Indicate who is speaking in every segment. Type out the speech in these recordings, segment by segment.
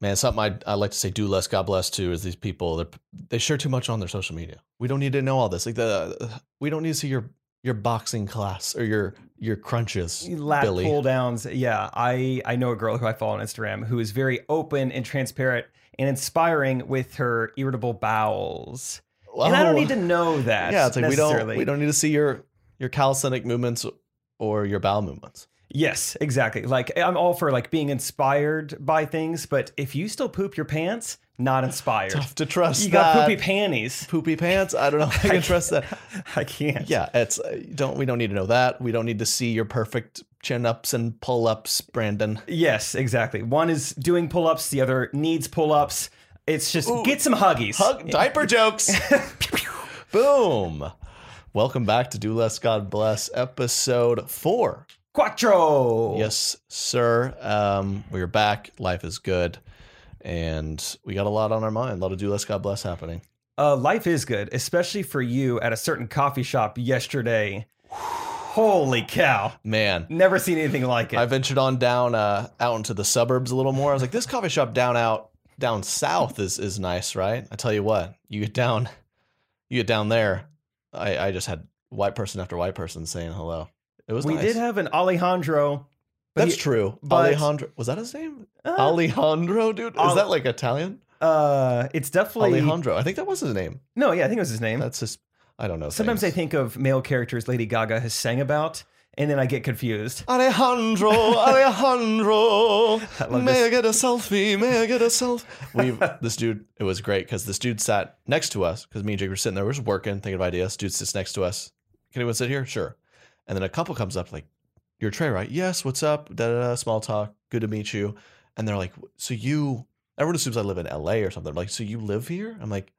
Speaker 1: Man, something I, I like to say, do less, God bless too, is these people they they share too much on their social media. We don't need to know all this. Like the we don't need to see your your boxing class or your your crunches.
Speaker 2: lat
Speaker 1: Billy.
Speaker 2: pull downs. Yeah, I I know a girl who I follow on Instagram who is very open and transparent and inspiring with her irritable bowels. and I don't
Speaker 1: Oh.
Speaker 2: need to know that.
Speaker 1: Yeah, it's like we don't
Speaker 2: necessarily.
Speaker 1: we don't need to see your your calisthenic movements or your bowel movements.
Speaker 2: Yes, exactly. Like I'm all for like being inspired by things, but if you still poop your pants, not inspired.
Speaker 1: Tough to trust.
Speaker 2: You got
Speaker 1: that.
Speaker 2: poopy panties.
Speaker 1: poopy pants. I don't know if I can trust that.
Speaker 2: I can't.
Speaker 1: Yeah, it's uh, don't we don't need to know that. We don't need to see your perfect chin ups and pull ups, Brandon.
Speaker 2: Yes, exactly. One is doing pull-ups, the other needs pull-ups. It's just
Speaker 1: Ooh.
Speaker 2: get some huggies.
Speaker 1: Hug diaper jokes. Boom. Welcome back to Do Less, God Bless, episode four.
Speaker 2: Quattro.
Speaker 1: Yes, sir. Um, we're back. Life is good. And we got a lot on our mind. A lot of Do Less, God Bless happening.
Speaker 2: Uh, life is good, especially for you at a certain coffee shop yesterday. Holy cow.
Speaker 1: Man,
Speaker 2: Never seen anything like it.
Speaker 1: I ventured on down uh, out into the suburbs a little more. I was like, this coffee shop down out down south is is nice, right? I tell you what, you get down, you get down there. I, I just had white person after white person saying hello. It was
Speaker 2: we
Speaker 1: nice.
Speaker 2: did have an Alejandro. but
Speaker 1: That's
Speaker 2: he-
Speaker 1: true.
Speaker 2: but-
Speaker 1: Alejandro was that his name?
Speaker 2: uh,
Speaker 1: Alejandro, dude. Is
Speaker 2: Ale-
Speaker 1: that like Italian?
Speaker 2: uh, it's definitely
Speaker 1: Alejandro. I think that was his name.
Speaker 2: No, yeah, I think it was his name.
Speaker 1: That's his. I don't know.
Speaker 2: Sometimes I think of male characters Lady Gaga has sang about, and then I get confused.
Speaker 1: Alejandro, Alejandro,
Speaker 2: love
Speaker 1: may I get a selfie? May I get a selfie? We, this dude, it was great because this dude sat next to us because me and Jake were sitting there, we're just working, thinking of ideas. Dude sits next to us. Can anyone sit here? Sure. And then a couple comes up, like, "You're Trey, right? Yes. What's up? Da da da. Small talk. Good to meet you. And they're like, "So you?" Everyone assumes I live in L.A. or something. like, so you live here? I'm like,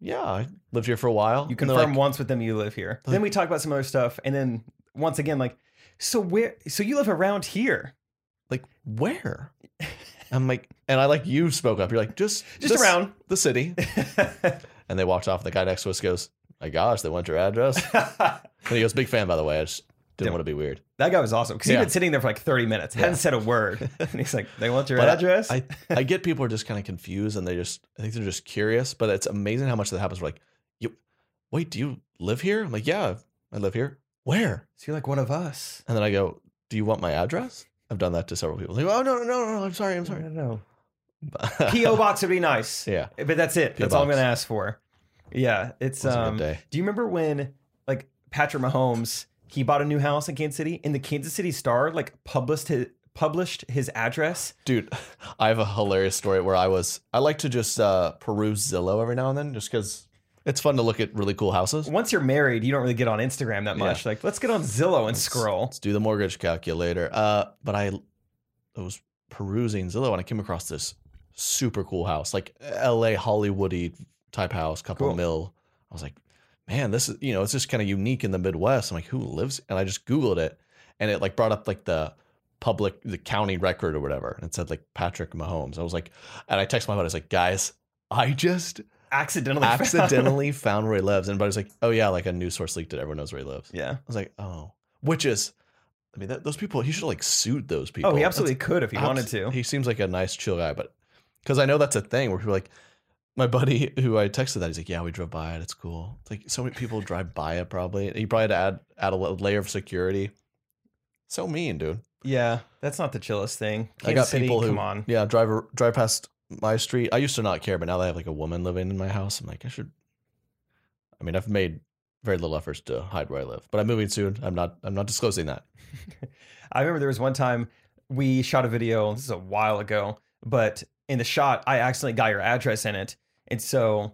Speaker 1: "Yeah, I lived here for a while."
Speaker 2: You
Speaker 1: And they're
Speaker 2: confirm
Speaker 1: like,
Speaker 2: once with them you live here.
Speaker 1: Like-
Speaker 2: then we talk about some other stuff, and then once again, like, so where? So you live around here,
Speaker 1: like where? I'm like, and I like you spoke up. You're like, just
Speaker 2: just
Speaker 1: this-
Speaker 2: around.
Speaker 1: the city. And they walked off. And the guy next to us goes, My gosh, they want your address.
Speaker 2: that
Speaker 1: And he goes, Big fan, by the way. I just didn't
Speaker 2: Didn't-
Speaker 1: want to be weird.
Speaker 2: guy was awesome because
Speaker 1: Yeah.
Speaker 2: he'd been sitting there for like 30 minutes, hadn't
Speaker 1: Yeah.
Speaker 2: said a word, and he's like, "They want your
Speaker 1: But I-
Speaker 2: address."
Speaker 1: I, I get people are just kind of confused and they just, I think they're just curious, but it's amazing how much that happens. We're like, you, Wait, do you live here? I'm like, Yeah, I live here. Where?
Speaker 2: so you're like one of us.
Speaker 1: And then I go, Do you want my address? I've done that to several people. They go, oh, no, no, no, no, I'm sorry, I'm
Speaker 2: I
Speaker 1: sorry.
Speaker 2: don't know. PO box would be nice,
Speaker 1: yeah,
Speaker 2: but that's it.
Speaker 1: P.O.
Speaker 2: that's all I'm
Speaker 1: box.
Speaker 2: gonna ask for. Yeah, it's
Speaker 1: it was
Speaker 2: um.
Speaker 1: a good day.
Speaker 2: Do you remember when like Patrick Mahomes he bought a new house in Kansas City and the Kansas City Star like published his published his address?
Speaker 1: Dude, I have a hilarious story where I was, I like to just uh, peruse Zillow every now and then just because it's fun to look at really cool houses.
Speaker 2: Once you're married, you don't really get on Instagram that much. Like, let's get on Zillow and scroll.
Speaker 1: Let's do the mortgage calculator. Uh, but I, I was perusing Zillow and I came across this super cool house, like L.A. Hollywoody type house, couple
Speaker 2: Cool.
Speaker 1: mil. I was like, man, this is you know, it's just kind of unique in the Midwest. I'm like, who lives? And I just Googled it, and it like brought up like the public, the county record or whatever, and it said like Patrick Mahomes. I was like, and I texted my buddy, I was like, guys, I just
Speaker 2: Accidentally, found-
Speaker 1: accidentally found where he lives, and everybody's like, oh yeah, like a news source leaked it. Everyone knows where he lives.
Speaker 2: yeah.
Speaker 1: I was like, oh, which is, I mean, that, those people, he should have, like sued those people.
Speaker 2: Oh, he absolutely could if he
Speaker 1: That's-
Speaker 2: wanted to.
Speaker 1: He seems like a nice, chill guy, but because I know that's a thing where people are like, my buddy who I texted that, he's like, yeah, we drove by it. It's cool. It's like so many people drive by it probably. He probably had to add, add a la- layer of security. So mean, dude.
Speaker 2: Yeah, that's not the chillest thing. Kansas
Speaker 1: I got
Speaker 2: City,
Speaker 1: people who,
Speaker 2: come on.
Speaker 1: yeah, drive, ar- drive past my street. I used to not care, but now they have like a woman living in my house. I'm like, I should, I mean, I've made very little efforts to hide where I live, but I'm moving soon. I'm not, I'm not disclosing that.
Speaker 2: I remember there was one time we shot a video. This is a while ago, but in the shot, I accidentally got your address in it, and so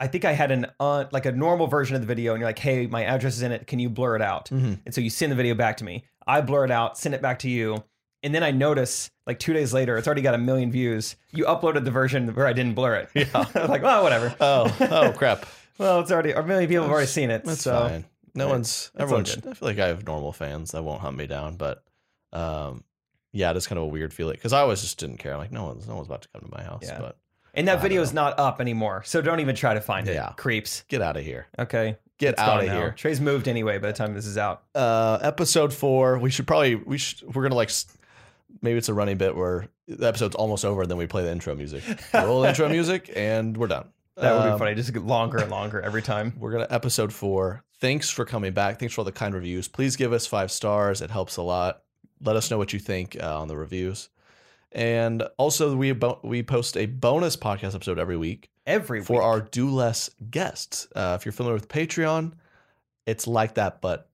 Speaker 2: I think I had an uh, like a normal version of the video, and you're like, "Hey, my address is in it. Can you blur it out?"
Speaker 1: Mm-hmm.
Speaker 2: And so you send the video back to me. I blur it out, send it back to you, and then I notice like two days later, it's already got a million views. You uploaded the version where I didn't blur it.
Speaker 1: Yeah.
Speaker 2: I was like, "Well, whatever."
Speaker 1: Oh, oh crap.
Speaker 2: Well, it's already a million people have already
Speaker 1: That's-
Speaker 2: seen it.
Speaker 1: That's
Speaker 2: so
Speaker 1: fine. No
Speaker 2: yeah,
Speaker 1: one's
Speaker 2: all
Speaker 1: everyone's
Speaker 2: good.
Speaker 1: I feel like I have normal fans that won't hunt me down, but um yeah, it's kind of a weird feeling because I always just didn't care. Like no one's no one's about to come to my house,
Speaker 2: Yeah.
Speaker 1: but
Speaker 2: and
Speaker 1: I
Speaker 2: that
Speaker 1: don't
Speaker 2: video is not up anymore. So don't even try to find
Speaker 1: Yeah.
Speaker 2: it. Creeps.
Speaker 1: get out of here.
Speaker 2: Okay.
Speaker 1: Get
Speaker 2: It's
Speaker 1: out
Speaker 2: gone
Speaker 1: of
Speaker 2: now.
Speaker 1: here.
Speaker 2: Trey's moved anyway by the time this is out.
Speaker 1: Uh episode 4, we should probably we should we're going to like s- Maybe it's a running bit where the episode's almost over and then we play the intro music. Roll intro music and we're done.
Speaker 2: That would
Speaker 1: Um,
Speaker 2: be funny. Just get longer and longer every time.
Speaker 1: We're gonna episode four. Thanks for coming back. Thanks for all the kind reviews. Please give us five stars. It helps a lot. Let us know what you think uh, on the reviews. And also, we bo- we post a bonus podcast episode every week
Speaker 2: Every
Speaker 1: for
Speaker 2: week.
Speaker 1: our do less guests. Uh, if you're familiar with Patreon, it's like that, but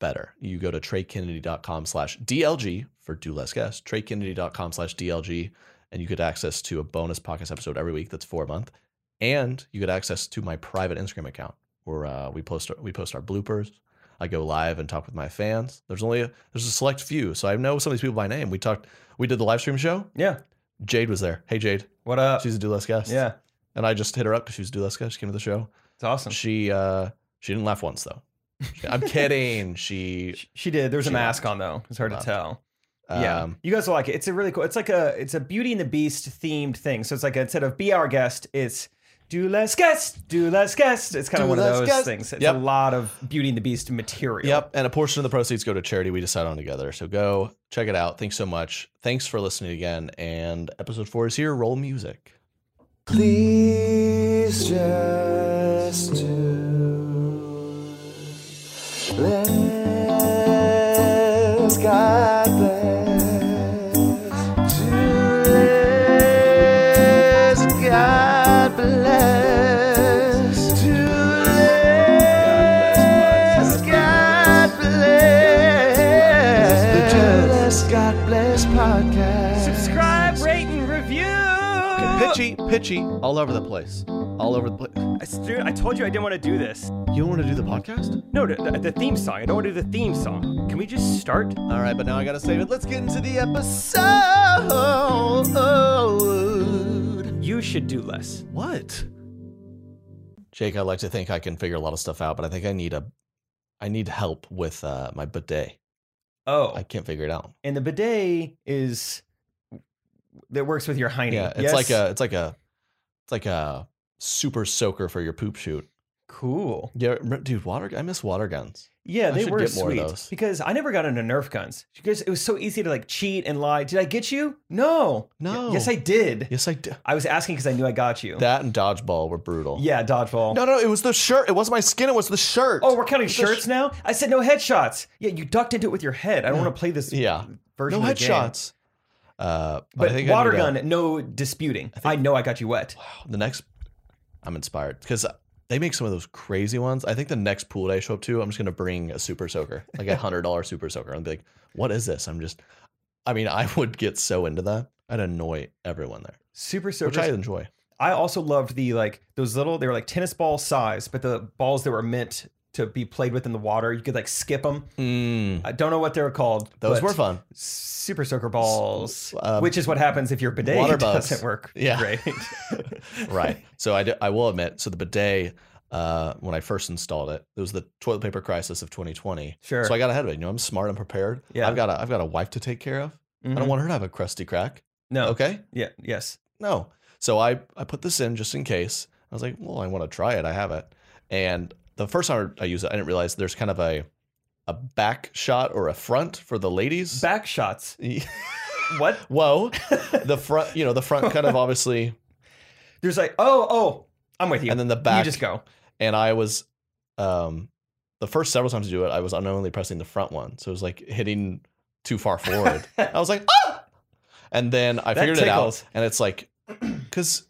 Speaker 1: better. You go to trakennedy.com slash DLG for do less guests, trakennedy.com slash DLG, and you get access to a bonus podcast episode every week that's for a month. And you get access to my private Instagram account where uh, we post we post our bloopers. I go live and talk with my fans. There's only a, there's a select few, so I know some of these people by name. We talked, we did the live stream show.
Speaker 2: yeah.
Speaker 1: Jade was there. Hey Jade,
Speaker 2: What up?
Speaker 1: she's a do less guest.
Speaker 2: Yeah.
Speaker 1: And I just hit her up because she was a Duleska. She came to the show.
Speaker 2: It's awesome.
Speaker 1: She uh she didn't laugh once though. She- I'm kidding. She
Speaker 2: She, she did. There was a
Speaker 1: She
Speaker 2: mask
Speaker 1: laughed.
Speaker 2: on though. It's hard
Speaker 1: Laughed.
Speaker 2: to tell.
Speaker 1: um,
Speaker 2: yeah. You guys will like it. It's a really cool. It's like a it's a Beauty and the Beast themed thing. So it's like instead of be our guest, it's do less guest, do less guest. It's kind
Speaker 1: Do
Speaker 2: of one of
Speaker 1: less
Speaker 2: those
Speaker 1: guest.
Speaker 2: things. It's
Speaker 1: Yep.
Speaker 2: a lot of Beauty and the Beast material.
Speaker 1: Yep. And a portion of the proceeds go to charity we decide on together. So go check it out. Thanks so much. Thanks for listening again. And episode four is here. Roll music.
Speaker 3: Please just do. Bless God bless. Do less God bless. Do less God bless. The Do Less God Bless podcast.
Speaker 2: Subscribe, rate, and review.
Speaker 1: Pitchy, pitchy, all over the place. All over the place.
Speaker 2: I, stu- I told you I didn't want to do this.
Speaker 1: You don't want to do the podcast?
Speaker 2: No, the, the theme song. I don't want to do the theme song. Can we just start?
Speaker 1: All right, but now I gotta save it. Let's get into the episode.
Speaker 2: You should do less.
Speaker 1: What? Jake, I like to think I can figure a lot of stuff out, but I think I need a I need help with uh, my bidet.
Speaker 2: Oh,
Speaker 1: I can't figure it out.
Speaker 2: and the bidet is that works with your hiney.
Speaker 1: Yeah, it's
Speaker 2: Yes?
Speaker 1: like a it's like a it's like a super soaker for your poop shoot.
Speaker 2: cool.
Speaker 1: Yeah, re- dude, water I miss water guns.
Speaker 2: Yeah,
Speaker 1: I
Speaker 2: they
Speaker 1: should
Speaker 2: were
Speaker 1: get more of
Speaker 2: sweet
Speaker 1: those.
Speaker 2: because I never got into Nerf guns because it was so easy to like cheat and lie. Did I get you? No, Y-
Speaker 1: No.
Speaker 2: Yes, I did.
Speaker 1: Yes, I did.
Speaker 2: I was asking because I knew I got you.
Speaker 1: That and dodgeball were brutal.
Speaker 2: yeah, dodgeball.
Speaker 1: No, no, it was the shirt. It wasn't my skin. It was the shirt.
Speaker 2: Oh, we're counting
Speaker 1: The sh-
Speaker 2: shirts now. I said no headshots. Yeah, you ducked into it with your head. I don't want to play this
Speaker 1: yeah.
Speaker 2: version.
Speaker 1: No
Speaker 2: of the game.
Speaker 1: headshots. Uh, but, I
Speaker 2: But
Speaker 1: think I
Speaker 2: water
Speaker 1: need to-
Speaker 2: gun, no disputing. I, know I got you wet.
Speaker 1: the next I'm inspired because they make some of those crazy ones. I think the next pool I show up to, I'm just gonna bring a super soaker, like a hundred dollar super soaker, and be like, "What is this?" I'm just, I mean, I would get so into that, I'd annoy everyone there,
Speaker 2: Super
Speaker 1: which I
Speaker 2: soakers.
Speaker 1: enjoy.
Speaker 2: I, also loved the like those little. They were like tennis ball size, but the balls that were meant to be played with in the water. You could like skip them.
Speaker 1: Mm,
Speaker 2: I don't know what they were called.
Speaker 1: those
Speaker 2: but
Speaker 1: were fun.
Speaker 2: Super soaker balls,
Speaker 1: uh,
Speaker 2: which is what happens if your bidet
Speaker 1: water bugs.
Speaker 2: doesn't work.
Speaker 1: Yeah.
Speaker 2: Right.
Speaker 1: right. So I, do- I will admit, so the bidet, uh, when I first installed it, it was the toilet paper crisis of 2020.
Speaker 2: Sure.
Speaker 1: So I got ahead of it. You know, I'm smart. I'm prepared.
Speaker 2: Yeah.
Speaker 1: I've got a, I've got a wife to take care of. I
Speaker 2: Mhm.
Speaker 1: don't want her to have a crusty crack.
Speaker 2: No.
Speaker 1: Okay.
Speaker 2: Yeah. Yes.
Speaker 1: no. So I, I put this in just in case. I was like, well, I want to try it. I have it. And the first time I used it, I didn't realize there's kind of a a back shot or a front for the ladies.
Speaker 2: Back shots. What?
Speaker 1: Whoa. the front, you know, the front kind of obviously.
Speaker 2: There's like, oh, oh, I'm with you.
Speaker 1: And then the back.
Speaker 2: You just go.
Speaker 1: And I was, um, the first several times I do it, I was unknowingly pressing the front one. So it was like hitting too far forward. I was like, ah! And then I
Speaker 2: That
Speaker 1: figured
Speaker 2: tickles.
Speaker 1: it out. And it's like, because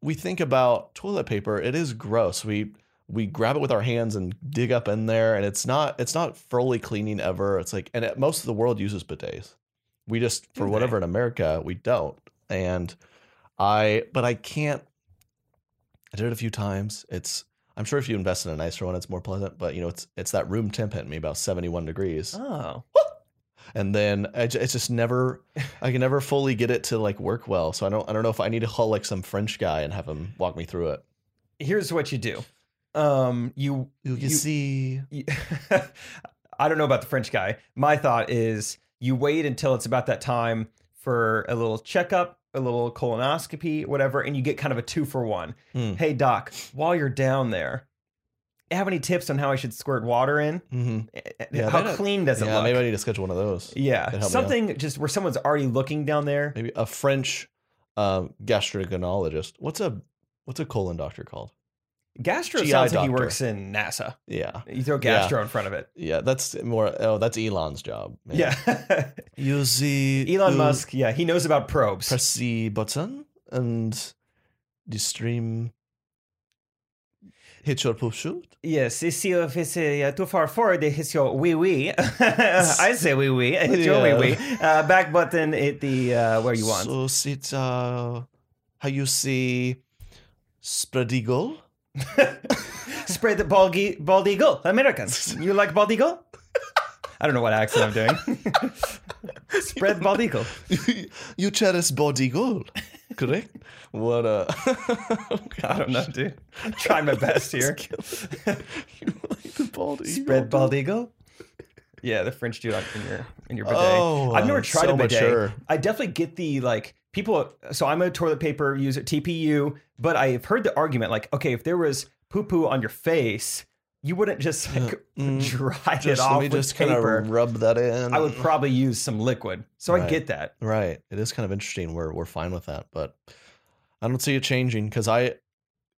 Speaker 1: we think about toilet paper, it is gross. We, we grab it with our hands and dig up in there and it's not it's not fully cleaning ever it's like and it, most of the world uses bidets we just for
Speaker 2: they?
Speaker 1: whatever in america we don't and i but i can't i did it a few times it's i'm sure if you invest in a nicer one it's more pleasant but you know it's it's that room temp hit me about 71 degrees
Speaker 2: Oh.
Speaker 1: and then I ju- it's just never i can never fully get it to like work well so i don't i don't know if i need to call like some french guy and have him walk me through it
Speaker 2: Here's what you do. Um, you
Speaker 1: you can see
Speaker 2: you- I don't know about the French guy. My thought is you wait until it's about that time for a little checkup, a little colonoscopy, whatever, and you get kind of a two for one.
Speaker 1: Hmm.
Speaker 2: Hey, doc, while you're down there, have any tips on how I should squirt water in?
Speaker 1: hmm Yeah, they
Speaker 2: how
Speaker 1: don't-
Speaker 2: clean does it
Speaker 1: Yeah,
Speaker 2: look?
Speaker 1: maybe I need to schedule one of those. That
Speaker 2: yeah,
Speaker 1: helped me out.
Speaker 2: something just where someone's already looking down there.
Speaker 1: Maybe a French uh, gastroenterologist. What's a what's a colon doctor called?
Speaker 2: Gastro
Speaker 1: GI
Speaker 2: sounds like he
Speaker 1: doctor.
Speaker 2: works in NASA.
Speaker 1: Yeah,
Speaker 2: You throw
Speaker 1: Yeah.
Speaker 2: gastro in front of it.
Speaker 1: yeah. That's more. Oh, that's Elon's job. man.
Speaker 2: Yeah,
Speaker 1: you see,
Speaker 2: Elon
Speaker 1: you
Speaker 2: Musk. Yeah, he knows about probes.
Speaker 1: Press the button and the stream. Hit your push shoot.
Speaker 2: Yes, it's see if it's uh, too far forward, it hits your wee wee. I say wee wee, it hits your
Speaker 1: Yeah.
Speaker 2: wee wee. Uh, back button hit the uh, where you want.
Speaker 1: So sit. Uh, how you see, spread eagle.
Speaker 2: Spread the bald, ge- bald eagle, Americans. You like bald eagle? I don't know what accent I'm doing. Spread bald eagle.
Speaker 1: you cherish body goal, correct? what a.
Speaker 2: I don't know, dude. Trying my best here.
Speaker 1: you like the bald eagle?
Speaker 2: Spread bald
Speaker 1: dude?
Speaker 2: eagle. Yeah, the French do like in your in your bidet.
Speaker 1: Oh,
Speaker 2: I've never
Speaker 1: it's
Speaker 2: tried
Speaker 1: so
Speaker 2: a bidet.
Speaker 1: mature.
Speaker 2: I definitely get the like people. So I'm a toilet paper user, TPU, but I've heard the argument like, okay, if there was poo poo on your face, you wouldn't just like
Speaker 1: Mm,
Speaker 2: dry it
Speaker 1: Just,
Speaker 2: off
Speaker 1: let me
Speaker 2: with
Speaker 1: just kind of
Speaker 2: paper.
Speaker 1: rub that in.
Speaker 2: I would probably use some liquid. So I
Speaker 1: Right.
Speaker 2: get that.
Speaker 1: Right. It is kind of interesting. We're we're fine with that, but I don't see it changing because I,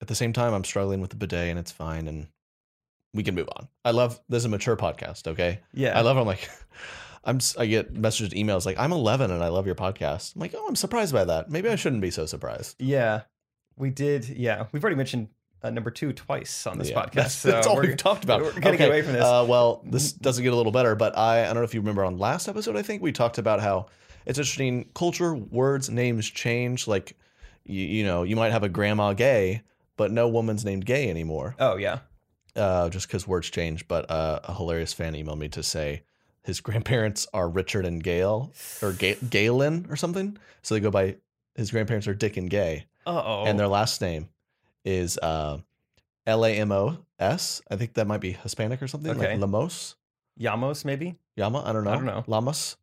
Speaker 1: at the same time, I'm struggling with the bidet and it's fine and we can move on. I love this is a mature podcast. Okay.
Speaker 2: Yeah.
Speaker 1: I love. it. I'm like, I'm. s- I get messages, emails like, I'm 11 and I love your podcast. I'm like, oh, I'm surprised by that. Maybe I shouldn't be so surprised.
Speaker 2: yeah. We did. Yeah. We've already mentioned uh, number two twice on this
Speaker 1: Yeah,
Speaker 2: podcast.
Speaker 1: That's,
Speaker 2: so
Speaker 1: that's all
Speaker 2: we're-
Speaker 1: we've talked about.
Speaker 2: we're gonna get away from this.
Speaker 1: Uh, well, this doesn't get a little better, but I, I don't know if you remember on last episode, I think we talked about how it's interesting. Culture, words, names change. Like, you, you know, you might have a grandma gay, but no woman's named gay anymore
Speaker 2: Oh yeah.
Speaker 1: uh, just because words change. But uh, a hilarious fan emailed me to say his grandparents are Richard and Gail or Ga- Galen or something. So they go by his grandparents are Dick and Gay
Speaker 2: Uh oh.
Speaker 1: and their last name is uh, L A M O S. I think that might be Hispanic or something,
Speaker 2: Okay.
Speaker 1: like Lamos,
Speaker 2: Yamos maybe.
Speaker 1: Yama. I don't know.
Speaker 2: I don't know.
Speaker 1: Lamas.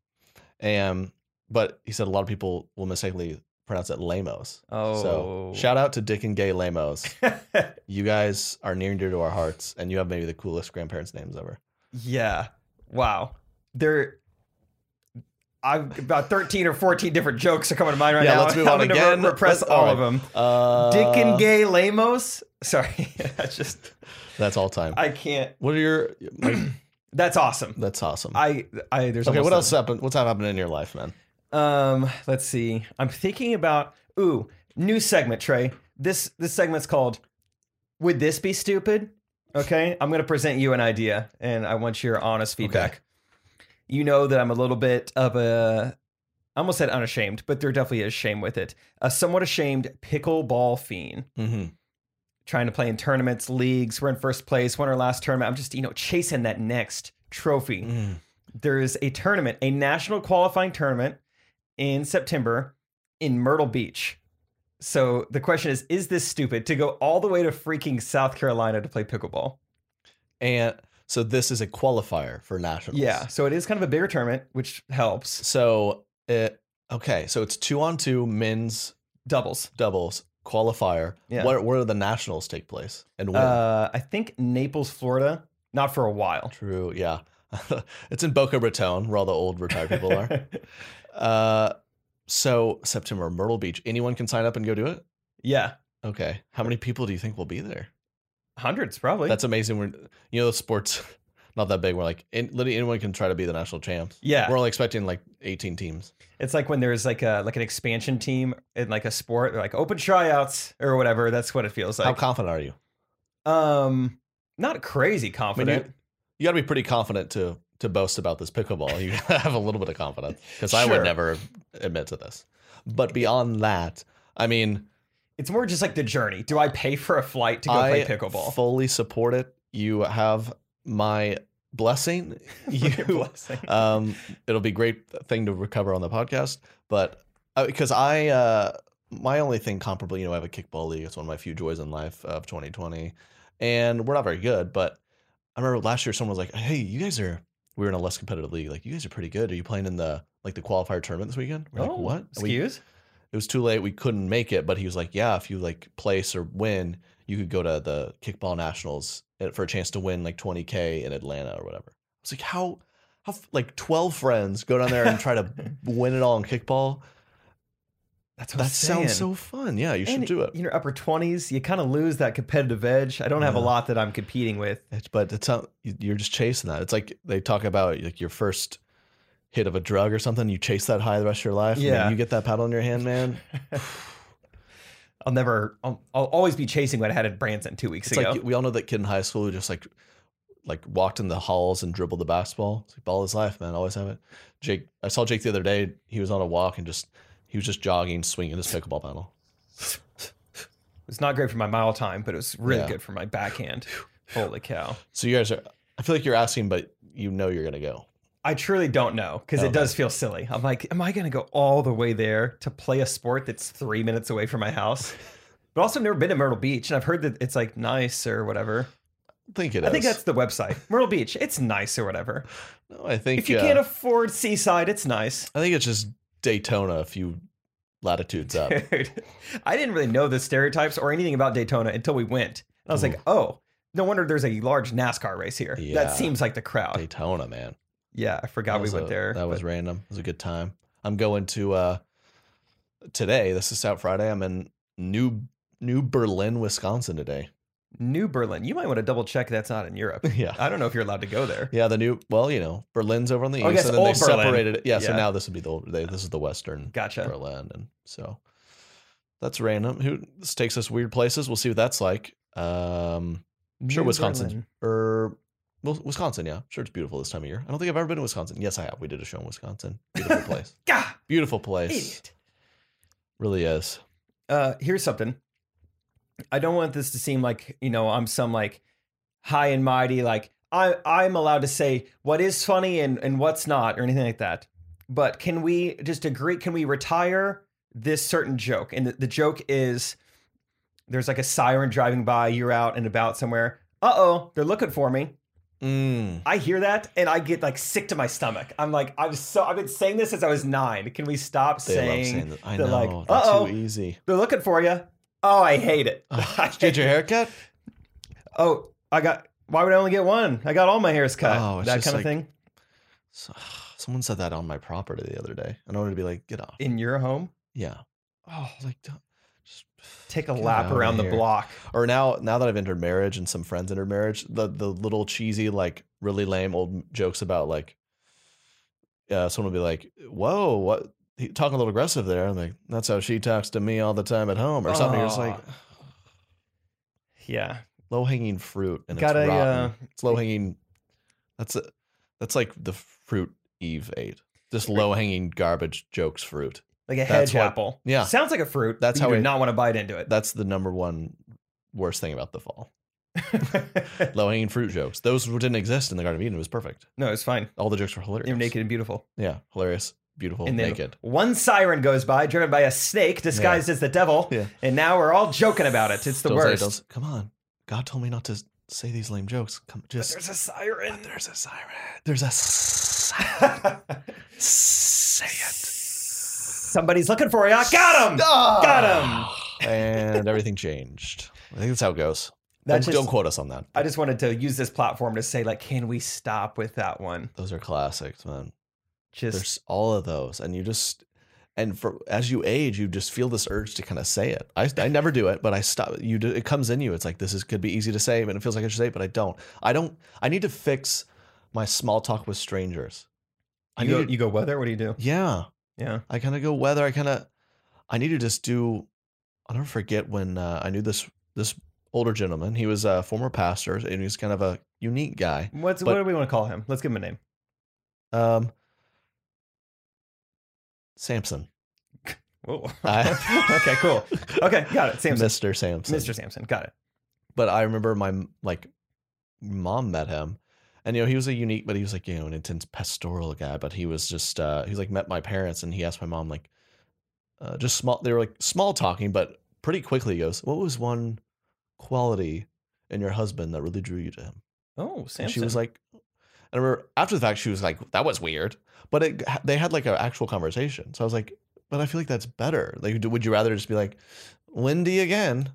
Speaker 1: And but he said a lot of people will mistakenly pronounce it Lamos.
Speaker 2: Oh.
Speaker 1: So shout out to Dick and Gay Lamos. you guys are near and dear to our hearts, and you have maybe the coolest grandparents' names ever.
Speaker 2: Yeah. Wow. There. I've about thirteen or fourteen different jokes are coming to mind right
Speaker 1: Yeah,
Speaker 2: now.
Speaker 1: let's move on
Speaker 2: I'm gonna
Speaker 1: again.
Speaker 2: re- repress
Speaker 1: Let's-
Speaker 2: all
Speaker 1: all
Speaker 2: of them.
Speaker 1: Uh,
Speaker 2: Dick and Gay Lamos. Sorry, that's just
Speaker 1: That's all time.
Speaker 2: I can't.
Speaker 1: what are your? like,
Speaker 2: That's awesome.
Speaker 1: that's awesome.
Speaker 2: I I there's
Speaker 1: okay, what
Speaker 2: almost nothing.
Speaker 1: else happened? What's happened in your life, man?
Speaker 2: Um, let's see. I'm thinking about ooh, new segment, Trey. This this segment's called "Would This Be Stupid?" Okay, I'm gonna present you an idea, and I want your honest feedback. You know that I'm a little bit of a, I almost said unashamed, but there definitely is shame with it. A somewhat ashamed pickleball fiend
Speaker 1: Mm-hmm.
Speaker 2: trying to play in tournaments, leagues. We're in first place, won our last tournament. I'm just you know chasing that next trophy
Speaker 1: Mm-hmm.
Speaker 2: there is a tournament, a national qualifying tournament in September in Myrtle Beach. So the question is, is this stupid to go all the way to freaking South Carolina to play pickleball?
Speaker 1: And so this is a qualifier for nationals.
Speaker 2: Yeah. So it is kind of a bigger tournament, which helps.
Speaker 1: So it okay. So it's two on two men's
Speaker 2: Doubles.
Speaker 1: doubles qualifier.
Speaker 2: Yeah.
Speaker 1: Where where do the nationals take place and when?
Speaker 2: Uh, I think Naples, Florida, not for a while.
Speaker 1: True. Yeah. it's in Boca Raton, where all the old retired people are. uh, so September, Myrtle Beach. Anyone can sign up and go do it.
Speaker 2: yeah.
Speaker 1: Okay. How many people do you think will be there?
Speaker 2: Hundreds, probably.
Speaker 1: That's amazing. We're you know the sports not that big. We're like an- literally anyone can try to be the national champs.
Speaker 2: yeah.
Speaker 1: We're only expecting like 18 teams.
Speaker 2: It's like when there's like a like an expansion team in like a sport, they're like open tryouts or whatever. That's what it feels
Speaker 1: How
Speaker 2: like.
Speaker 1: confident are you?
Speaker 2: um, not crazy
Speaker 1: I mean,
Speaker 2: confident.
Speaker 1: you, you got to be pretty confident to to boast about this pickleball. You got to have a little bit of confidence because I
Speaker 2: Sure.
Speaker 1: would never admit to this. But beyond that, I mean,
Speaker 2: It's more just like the journey. Do I pay for a flight to go
Speaker 1: I
Speaker 2: play pickleball?
Speaker 1: fully support it. You have my blessing. You,
Speaker 2: Blessing.
Speaker 1: um, it'll be a great thing to recover on the podcast, but because I, uh, my only thing comparable, you know, I have a kickball league. It's one of my few joys in life of 2020, and we're not very good. But I remember last year someone was like, "Hey, you guys are." We were in a
Speaker 2: Oh,
Speaker 1: less competitive league. Like, you guys are pretty good. Are you playing in the like the qualifier tournament this weekend? We're like, what? Are we-
Speaker 2: Excuse?
Speaker 1: it was too late. We couldn't make it. But he was like, yeah, if you like place or win, you could go to the kickball nationals and- for a chance to win like 20k in Atlanta or whatever. I was like, how, how f- like 12 friends go down there and try to win it all in kickball?
Speaker 2: That's what I'm
Speaker 1: That sounds so
Speaker 2: saying.
Speaker 1: fun. Yeah, you should
Speaker 2: And
Speaker 1: do it.
Speaker 2: In your upper 20s, you kind of lose that competitive edge. I don't have a
Speaker 1: Yeah.
Speaker 2: lot that I'm competing with.
Speaker 1: It's, but it's not, you- you're just chasing that. It's like they talk about like your first hit of a drug or something. You chase that high the rest of your life. and then
Speaker 2: Yeah.
Speaker 1: you get that paddle in your hand, man.
Speaker 2: I'll never, I'll, I'll always be chasing what I had at Branson two weeks
Speaker 1: It's
Speaker 2: ago.
Speaker 1: like we all know that kid in high school who just like like walked in the halls and dribbled the basketball. It's like all his life, man. Always have it. Jake, I saw Jake the other day. He was on a walk and just he was just jogging, swinging his pickleball paddle.
Speaker 2: it's not great for my mile time, but it was really
Speaker 1: Yeah.
Speaker 2: good for my backhand. Holy cow.
Speaker 1: So you guys are. I feel like you're asking, but you know you're gonna go.
Speaker 2: I truly don't know because it
Speaker 1: Okay.
Speaker 2: does feel silly. I'm like, am I going to go all the way there to play a sport that's three minutes away from my house? But also, I've never been to Myrtle Beach, and I've heard that it's like nice or whatever.
Speaker 1: I think it is.
Speaker 2: I think that's the website, Myrtle Beach. It's nice or whatever.
Speaker 1: No, I think
Speaker 2: If you
Speaker 1: uh,
Speaker 2: can't afford seaside, it's nice.
Speaker 1: I think it's just Daytona a few latitudes up.
Speaker 2: Dude, I didn't really know the stereotypes or anything about Daytona until we went. And I was like, oh, no wonder there's a large NASCAR race here.
Speaker 1: Yeah.
Speaker 2: That seems like the crowd.
Speaker 1: Daytona, man.
Speaker 2: yeah, I forgot
Speaker 1: That
Speaker 2: we
Speaker 1: was
Speaker 2: went
Speaker 1: a-
Speaker 2: there.
Speaker 1: That was
Speaker 2: but
Speaker 1: random. It was a good time. I'm going to uh today. This is out Friday. I'm in New New Berlin, Wisconsin today.
Speaker 2: New Berlin. You might want to double check that's not in Europe.
Speaker 1: yeah.
Speaker 2: I don't know if you're allowed to go there.
Speaker 1: Yeah, the new well, you know, Berlin's over on the
Speaker 2: Oh, I
Speaker 1: east,
Speaker 2: guess
Speaker 1: and then they
Speaker 2: old Berlin.
Speaker 1: separated it. Yeah, so
Speaker 2: Yeah.
Speaker 1: now this would be the old. They, this is the western
Speaker 2: Gotcha.
Speaker 1: Berlin, and so that's random. Who this takes us weird places? We'll see what that's like. Um, sure,
Speaker 2: New
Speaker 1: Wisconsin's
Speaker 2: Berlin.
Speaker 1: or well, Wisconsin. Yeah, sure, it's beautiful this time of year. I don't think I've ever been to Wisconsin. Yes, I have. We did a show in Wisconsin. Beautiful place.
Speaker 2: Gah,
Speaker 1: Beautiful place.
Speaker 2: idiot.
Speaker 1: Really is.
Speaker 2: Uh, here's something. I don't want this to seem like, you know, I'm some like high and mighty, like I, I'm allowed to say what is funny and, and what's not or anything like that. But can we just agree? Can we retire this certain joke? And the, the joke is there's like a siren driving by, you're out and about somewhere. Uh oh, they're looking for me.
Speaker 1: Mm.
Speaker 2: I hear that and I get like sick to my stomach. I'm like, I'm so, I've been saying this since I was nine. Can we stop
Speaker 1: They
Speaker 2: saying,
Speaker 1: love saying that. I
Speaker 2: they're
Speaker 1: know.
Speaker 2: like,
Speaker 1: they're
Speaker 2: "Uh-oh."
Speaker 1: too easy.
Speaker 2: they're looking for you? Oh, I hate it. I
Speaker 1: Did you get
Speaker 2: hate
Speaker 1: your haircut?
Speaker 2: oh, I got. Why would I only get one? I got all my hairs cut.
Speaker 1: Oh, it's
Speaker 2: that
Speaker 1: just
Speaker 2: kind of
Speaker 1: like-
Speaker 2: thing
Speaker 1: So- Someone said that on my property the other day, and I wanted to be like, "Get off."
Speaker 2: in your home.
Speaker 1: Yeah.
Speaker 2: Oh,
Speaker 1: I was like, "Don't- just
Speaker 2: take a
Speaker 1: Get
Speaker 2: lap
Speaker 1: outta
Speaker 2: around the
Speaker 1: here.
Speaker 2: block.
Speaker 1: Or now, now that I've entered marriage and some friends entered marriage, the the little cheesy, like really lame old jokes about like, uh, someone will be like, "Whoa, what?" He, talking a little aggressive there. I'm like, "That's how she talks to me all the time at home," or something. You're just like
Speaker 2: Aw. Yeah,
Speaker 1: low hanging fruit, and
Speaker 2: Gotta,
Speaker 1: it's
Speaker 2: uh,
Speaker 1: rotten. it's low hanging. That's a, that's like the fruit Eve ate. Just low hanging garbage jokes fruit.
Speaker 2: like a
Speaker 1: That's
Speaker 2: hedge
Speaker 1: what-
Speaker 2: apple.
Speaker 1: yeah.
Speaker 2: sounds like a fruit.
Speaker 1: That's
Speaker 2: but
Speaker 1: how
Speaker 2: you do
Speaker 1: I-
Speaker 2: not want to bite into it.
Speaker 1: That's the number one worst thing about the fall. low hanging fruit jokes. Those didn't exist in the Garden of Eden. It was perfect.
Speaker 2: no, it's fine.
Speaker 1: All the jokes were hilarious.
Speaker 2: You're naked and beautiful.
Speaker 1: Yeah, hilarious, beautiful,
Speaker 2: And then
Speaker 1: naked.
Speaker 2: one siren goes by, driven by a snake disguised as the devil.
Speaker 1: Yeah.
Speaker 2: And now we're all joking about it. It's the
Speaker 1: Don't say-
Speaker 2: worst.
Speaker 1: don't say- come on, God told me not to say these lame jokes. Come, just
Speaker 2: There's a siren.
Speaker 1: there's a siren. There's a s- say it.
Speaker 2: Somebody's looking for you. Got him. Got
Speaker 1: him. and everything changed. I think that's how it goes.
Speaker 2: That
Speaker 1: Don't,
Speaker 2: just-
Speaker 1: don't quote us on that.
Speaker 2: I just wanted to use this platform to say, like, can we stop with that one?
Speaker 1: those are classics, man.
Speaker 2: Just
Speaker 1: There's all of those, and you just and for as you age, you just feel this urge to kind of say it. I, I never do it, but I stop. You do, it comes in you. It's like this is could be easy to say, and it feels like I should say, it, but I don't. I don't. I need to fix my small talk with strangers. I
Speaker 2: you,
Speaker 1: need.
Speaker 2: go,
Speaker 1: to-
Speaker 2: you go weather. What do you do?
Speaker 1: yeah,
Speaker 2: Yeah.
Speaker 1: I kind of go whether I kind of I need to just do. I don't forget when uh, I knew this this older gentleman. He was a former pastor, and he was kind of a unique guy.
Speaker 2: What's
Speaker 1: But-
Speaker 2: what do we want to call him? Let's give him a name.
Speaker 1: Um, Samson.
Speaker 2: Whoa.
Speaker 1: I-
Speaker 2: okay. Cool. Okay. Got it. Samson.
Speaker 1: Mr. Samson.
Speaker 2: Mr. Samson. Got it.
Speaker 1: But I remember my like mom met him, and you know he was a unique, but he was like you know an intense pastoral guy. But he was just uh, he was like met my parents, and he asked my mom like uh, just small. They were like small talking, but pretty quickly he goes, "What was one quality in your husband that really drew you to him?"
Speaker 2: Oh, Samson.
Speaker 1: And she was like, and I remember after the fact, she was like, that was weird. But it, they had like an actual conversation. So I was like, but I feel like that's better. Like, do- would you rather just be like, Wendy again?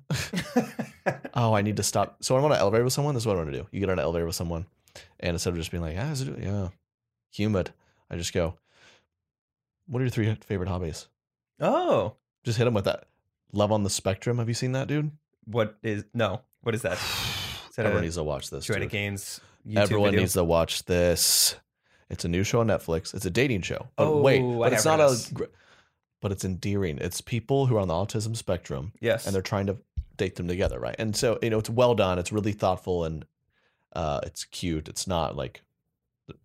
Speaker 1: oh, I need to stop. So I want to elevate with someone. This is what I want to do. You get on an elevator with someone, and instead of just being like, ah, is it, yeah, humid, I just go, what are your three favorite hobbies?
Speaker 2: oh,
Speaker 1: Just hit them with that. Love on the Spectrum. Have you seen that, dude?
Speaker 2: what is no? What is that? Is that
Speaker 1: Everyone
Speaker 2: a
Speaker 1: needs to watch this.
Speaker 2: Joanna
Speaker 1: dude.
Speaker 2: Gaines YouTube
Speaker 1: Everyone
Speaker 2: video?
Speaker 1: needs to watch this. It's a new show on Netflix. It's a dating show. But
Speaker 2: Oh,
Speaker 1: wait,
Speaker 2: I
Speaker 1: but it's
Speaker 2: have
Speaker 1: not
Speaker 2: heard of this.
Speaker 1: a. gr- But it's endearing. It's people who are on the autism spectrum
Speaker 2: yes,
Speaker 1: and they're trying to date them together, right? And so you know, it's well done. It's really thoughtful and uh, it's cute. It's not like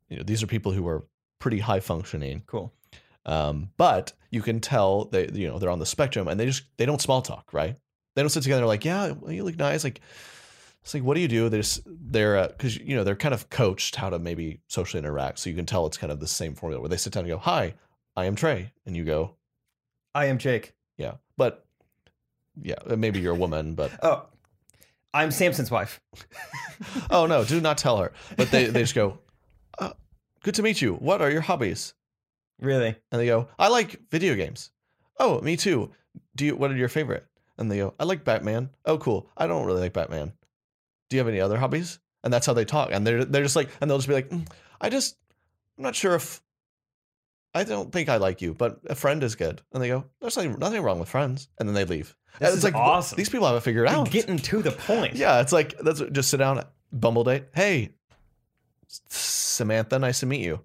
Speaker 1: you know, these are people who are pretty high functioning,
Speaker 2: cool.
Speaker 1: um, but you can tell they you know they're on the spectrum and they just they don't small talk, right? They don't sit together like, yeah, well, you look nice, like. It's like, what do you do? They're just, they're because you know they're kind of coached how to maybe socially interact, so you can tell it's kind of the same formula where they sit down and go, "Hi, I am Trey," and you go,
Speaker 2: I am Jake.
Speaker 1: "Yeah," but yeah, uh, maybe you're a woman, but
Speaker 2: Oh, I'm Samson's wife.
Speaker 1: oh no, do not tell her. But they, they just go, uh, good to meet you. What are your hobbies?
Speaker 2: Really?
Speaker 1: And they go, I like video games. Oh, me too. Do you? What are your favorite? And they go, I like Batman. Oh, cool. I don't really like Batman. Do you have any other hobbies? And that's how they talk. And they're they're just like, and they'll just be like, "Mm, I just, I'm not sure if. I don't think I like you, but a friend is good. And they go, there's nothing, nothing wrong with friends. And then they leave. And
Speaker 2: This is awesome.
Speaker 1: These people have it figured
Speaker 2: You're
Speaker 1: out.
Speaker 2: getting to the point.
Speaker 1: Yeah, it's like that's what- just sit down, Bumble date. Hey, S- Samantha, nice to meet you.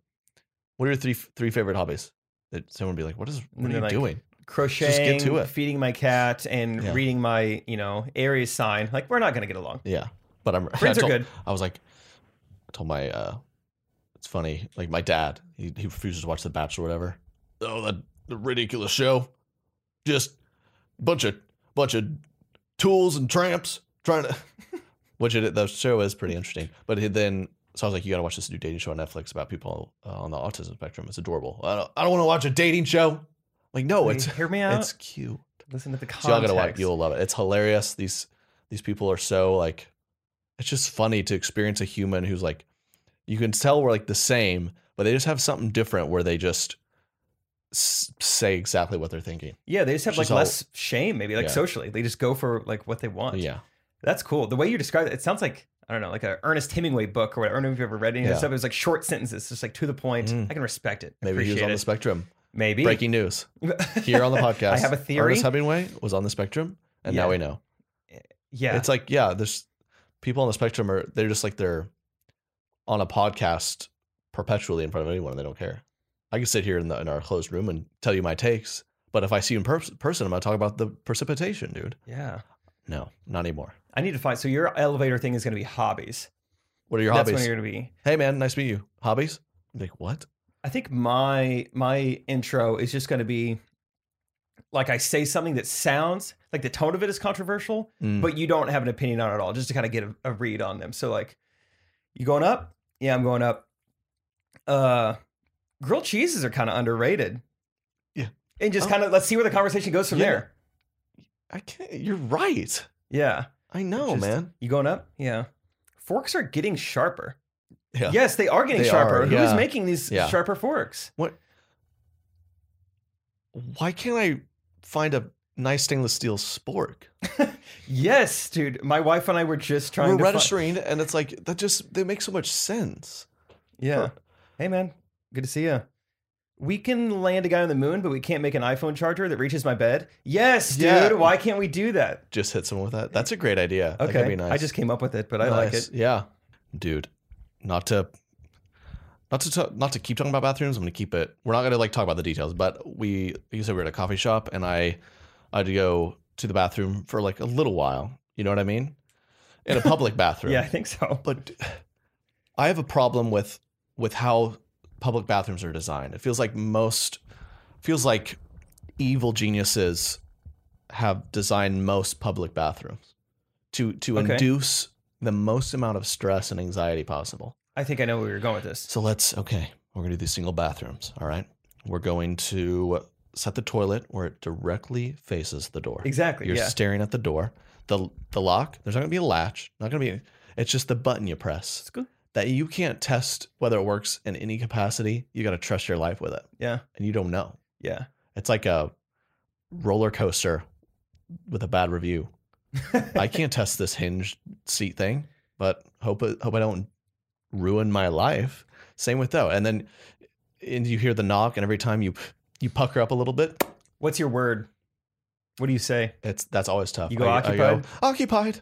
Speaker 1: What are your three three favorite hobbies? That someone would be like, what is what
Speaker 2: And
Speaker 1: are you
Speaker 2: they're like,
Speaker 1: doing?
Speaker 2: Crocheting,
Speaker 1: Just get to it.
Speaker 2: feeding my cat, and
Speaker 1: Yeah.
Speaker 2: reading my you know Aries sign. Like we're not gonna get along.
Speaker 1: Yeah, but I'm
Speaker 2: Friends
Speaker 1: I
Speaker 2: are
Speaker 1: told-
Speaker 2: good.
Speaker 1: I was like, I told my uh, it's funny. Like my dad, he he refuses to watch The Bachelor, or whatever. Oh, that the ridiculous show, just bunch of bunch of tools and tramps trying to. Which it, the show is pretty interesting, but it then so I was like, you got to watch this new dating show on Netflix about people uh, on the autism spectrum. It's adorable. I don't, I don't want to watch a dating show. Like, no,
Speaker 2: Hey,
Speaker 1: it's
Speaker 2: hear me out.
Speaker 1: it's cute.
Speaker 2: Listen to the
Speaker 1: So y'all
Speaker 2: context.
Speaker 1: gotta watch. You'll love it. It's hilarious. These these people are so like, it's just funny to experience a human who's like, you can tell we're like the same, but they just have something different where they just s- say exactly what they're thinking.
Speaker 2: yeah, they just have like
Speaker 1: She's all-
Speaker 2: less shame, maybe like
Speaker 1: Yeah.
Speaker 2: socially. They just go for like what they want.
Speaker 1: Yeah,
Speaker 2: That's cool. The way you describe it, it sounds like I don't know, like a Ernest Hemingway book or whatever. I don't know if you've ever read any of
Speaker 1: Yeah.
Speaker 2: that stuff. It was like short sentences, just like to the point.
Speaker 1: Mm.
Speaker 2: I can respect it.
Speaker 1: maybe he was on the spectrum.
Speaker 2: Maybe
Speaker 1: Breaking news here on the podcast.
Speaker 2: I have a theory.
Speaker 1: Ernest Hemingway was on the spectrum, and
Speaker 2: Yeah.
Speaker 1: now we know.
Speaker 2: yeah,
Speaker 1: It's like yeah, there's people on the spectrum are they're just like they're on a podcast perpetually in front of anyone and they don't care. I can sit here in, the, in our closed room and tell you my takes, but if I see you in pers- person, I'm gonna talk about the precipitation, dude.
Speaker 2: yeah.
Speaker 1: No, not anymore.
Speaker 2: I need to find. So your elevator thing is going to be hobbies.
Speaker 1: What are your
Speaker 2: That's
Speaker 1: hobbies?
Speaker 2: when you're going to be.
Speaker 1: hey man, nice to meet you. Hobbies? I'm like what?
Speaker 2: I think my my intro is just going to be like I say something that sounds like the tone of it is controversial,
Speaker 1: Mm.
Speaker 2: but you don't have an opinion on it at all, just to kind of get a, a read on them. So like, you going up? Yeah, I'm going up. Uh, grilled cheeses are kind of underrated.
Speaker 1: Yeah.
Speaker 2: and just
Speaker 1: Oh.
Speaker 2: kind of let's see where the conversation goes from
Speaker 1: Yeah.
Speaker 2: there.
Speaker 1: I can't. You're right.
Speaker 2: Yeah,
Speaker 1: I know,
Speaker 2: Just-
Speaker 1: man.
Speaker 2: you going up? Yeah, forks are getting sharper.
Speaker 1: Yeah.
Speaker 2: Yes, they are getting
Speaker 1: They
Speaker 2: sharper.
Speaker 1: are,
Speaker 2: Who's
Speaker 1: yeah.
Speaker 2: making these
Speaker 1: Yeah.
Speaker 2: sharper forks?
Speaker 1: What? Why can't I find a nice stainless steel spork?
Speaker 2: Yes, dude. My wife and I were just trying
Speaker 1: We're
Speaker 2: to. fi-
Speaker 1: registering, and it's like that. Just they make so much sense.
Speaker 2: Yeah. Hey, man. Good to see you. We can land a guy on the moon, but we can't make an iPhone charger that reaches my bed. Yes, dude.
Speaker 1: Yeah.
Speaker 2: Why can't we do that?
Speaker 1: Just hit someone with that. That's a great idea. That
Speaker 2: Okay.
Speaker 1: could be nice.
Speaker 2: I just came up with it, but I like
Speaker 1: Nice.
Speaker 2: it.
Speaker 1: Yeah, dude. Not to, not to, ta- not to keep talking about bathrooms. I'm gonna keep it. We're not gonna like talk about the details, but we, like you said, we were at a coffee shop, and I, I had to go to the bathroom for like a little while. You know what I mean? In a public bathroom.
Speaker 2: Yeah, I think so.
Speaker 1: but I have a problem with with how public bathrooms are designed. It feels like most feels like evil geniuses have designed most public bathrooms to to
Speaker 2: Okay.
Speaker 1: induce the most amount of stress and anxiety possible.
Speaker 2: I think I know where you're going with this.
Speaker 1: So let's okay, we're gonna do these single bathrooms. All right, we're going to set the toilet where it directly faces the door.
Speaker 2: Exactly.
Speaker 1: You're
Speaker 2: yeah.
Speaker 1: staring at the door. the The lock. There's not gonna be a latch. Not gonna be. It's just the button you press
Speaker 2: It's good.
Speaker 1: that you can't test whether it works in any capacity. You got to trust your life with it,
Speaker 2: Yeah.
Speaker 1: and you don't know.
Speaker 2: Yeah.
Speaker 1: It's like a roller coaster with a bad review. I can't test this hinge seat thing, but hope it, hope I don't ruin my life. Same with though, and then and you hear the knock, and every time you you pucker up a little bit,
Speaker 2: What's your word? What do you say?
Speaker 1: it's that's always tough.
Speaker 2: You go
Speaker 1: I- I go,
Speaker 2: occupied?
Speaker 1: occupied,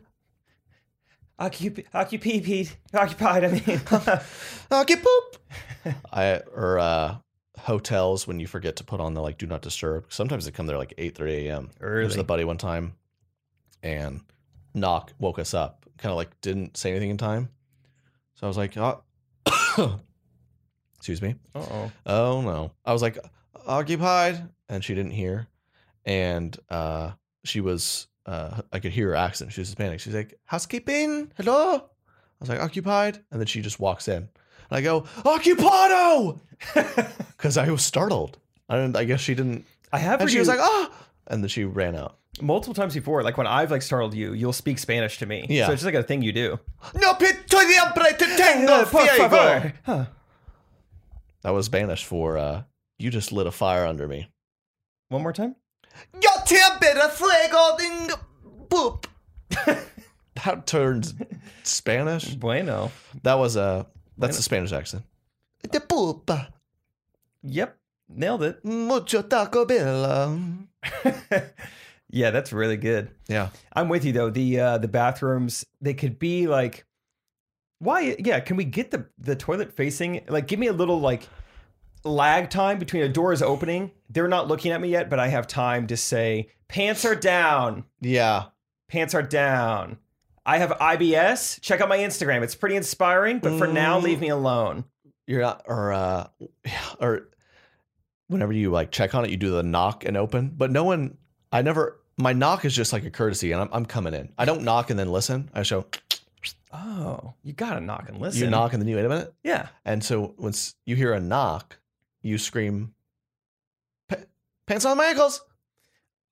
Speaker 2: Occup- occupied, occupied. I mean,
Speaker 1: occupy. I or uh, hotels when you forget to put on the like do not disturb. Sometimes they come there like eight thirty a.m. There's
Speaker 2: early.
Speaker 1: a buddy one time, and knock woke us up. Kind of like didn't say anything in time, so I was like, oh. excuse me.
Speaker 2: oh,
Speaker 1: Oh no. I was like occupied and she didn't hear. And uh she was uh I could hear her accent. She was Hispanic. She's like, Housekeeping, hello? I was like, occupied, and then she just walks in. And I go, Occupado Because I was startled. I don't I guess she didn't
Speaker 2: I have.
Speaker 1: and
Speaker 2: heard
Speaker 1: she was
Speaker 2: you-
Speaker 1: like, "Oh." ah and then she ran out.
Speaker 2: multiple times before, like when I've like startled you, you'll speak Spanish to me.
Speaker 1: Yeah.
Speaker 2: So it's just like a thing you do.
Speaker 1: No pito de hambre te
Speaker 2: Uh,
Speaker 1: tengo, favor.
Speaker 2: Huh.
Speaker 1: That was Spanish for uh you just lit a fire under me.
Speaker 2: One more time.
Speaker 1: Yo te better fuego ding boop. that turns Spanish.
Speaker 2: Bueno.
Speaker 1: That was a that's a Spanish accent. The boop.
Speaker 2: Yep. Nailed it.
Speaker 1: Mucho Taco Bell.
Speaker 2: yeah, that's really good.
Speaker 1: Yeah.
Speaker 2: I'm with you though. The uh the bathrooms, they could be like why yeah, can we get the the toilet facing like give me a little like lag time between a door is opening. They're not looking at me yet, but I have time to say pants are down.
Speaker 1: Yeah.
Speaker 2: Pants are down. I have IBS. Check out my Instagram. It's pretty inspiring, but for now
Speaker 1: Mm.
Speaker 2: leave me alone.
Speaker 1: You're not or uh yeah, or whenever you like check on it, you do the knock and open. But no one I never my knock is just like a courtesy and I'm I'm coming in. I don't knock and then listen. I show
Speaker 2: Oh, you got to knock and listen.
Speaker 1: you knock and then you wait a minute.
Speaker 2: Yeah.
Speaker 1: And so once you hear a knock, you scream, "Pa- "Pants on my ankles!"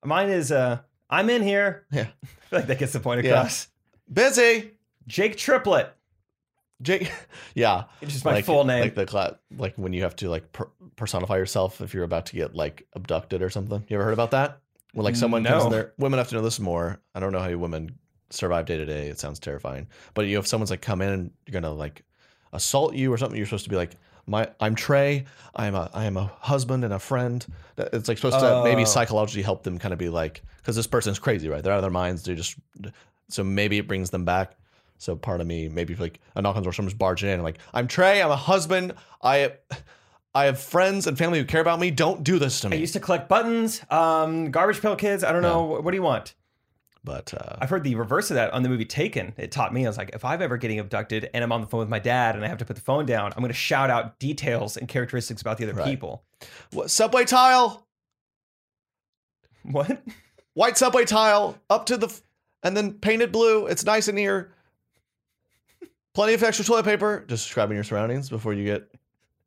Speaker 2: Mine is uh I'm in here.
Speaker 1: Yeah.
Speaker 2: I feel like that gets the point
Speaker 1: Yeah.
Speaker 2: across.
Speaker 1: Busy,
Speaker 2: Jake Triplet.
Speaker 1: Jake. yeah,
Speaker 2: It's just my
Speaker 1: like,
Speaker 2: full name.
Speaker 1: Like the cla- like when you have to like per- personify yourself if you're about to get like abducted or something. You ever heard about that? When like someone comes
Speaker 2: No.
Speaker 1: in there, women have to know this more. I don't know how you women survive day to day. It sounds terrifying. But you know, if someone's like come in and you're gonna like assault you or something, you're supposed to be like, "My, I'm Trey. I'm a, I am a husband and a friend." That- It's like supposed to maybe
Speaker 2: Oh.
Speaker 1: psychologically help them kind of be like, because this person's crazy, right? They're out of their minds. They just so maybe it brings them back. So part of me, maybe like a knock on the door, someone's barging in, like, I'm Trey, I'm a husband, I I have friends and family who care about me. Don't do this to
Speaker 2: I
Speaker 1: me.
Speaker 2: used to collect buttons, um, garbage pail kids. I don't know. What, what do you want?
Speaker 1: But uh,
Speaker 2: I've heard the reverse of that on the movie Taken. It taught me, I was like, if I'm ever getting abducted and I'm on the phone with my dad and I have to put the phone down, I'm going to shout out details and characteristics about the other
Speaker 1: Right.
Speaker 2: people.
Speaker 1: what, subway tile,
Speaker 2: What?
Speaker 1: white subway tile, up to the, f- and then painted blue. It's nice in here. Plenty of extra toilet paper. Just describing your surroundings before you get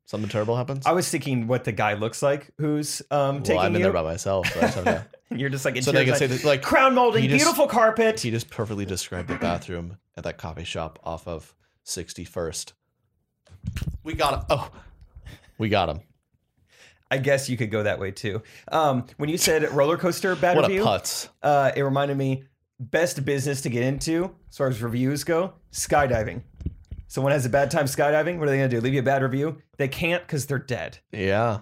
Speaker 1: something terrible happens.
Speaker 2: I was thinking what the guy looks like who's um, taking
Speaker 1: well, I'm in
Speaker 2: you.
Speaker 1: there by myself. So, I just have to-
Speaker 2: and you're just like,
Speaker 1: so they can
Speaker 2: interior
Speaker 1: say
Speaker 2: design.
Speaker 1: that, like
Speaker 2: crown molding,
Speaker 1: he just-
Speaker 2: beautiful carpet.
Speaker 1: He just perfectly described the bathroom at that coffee shop off of 61st. We got him. Oh, we got him.
Speaker 2: I guess you could go that way too. Um, when you said roller coaster bad
Speaker 1: What a
Speaker 2: review,
Speaker 1: putz.
Speaker 2: uh, it reminded me best business to get into as far as reviews go skydiving someone has a bad time skydiving what are they going to do leave you a bad review they can't because they're dead
Speaker 1: Yeah.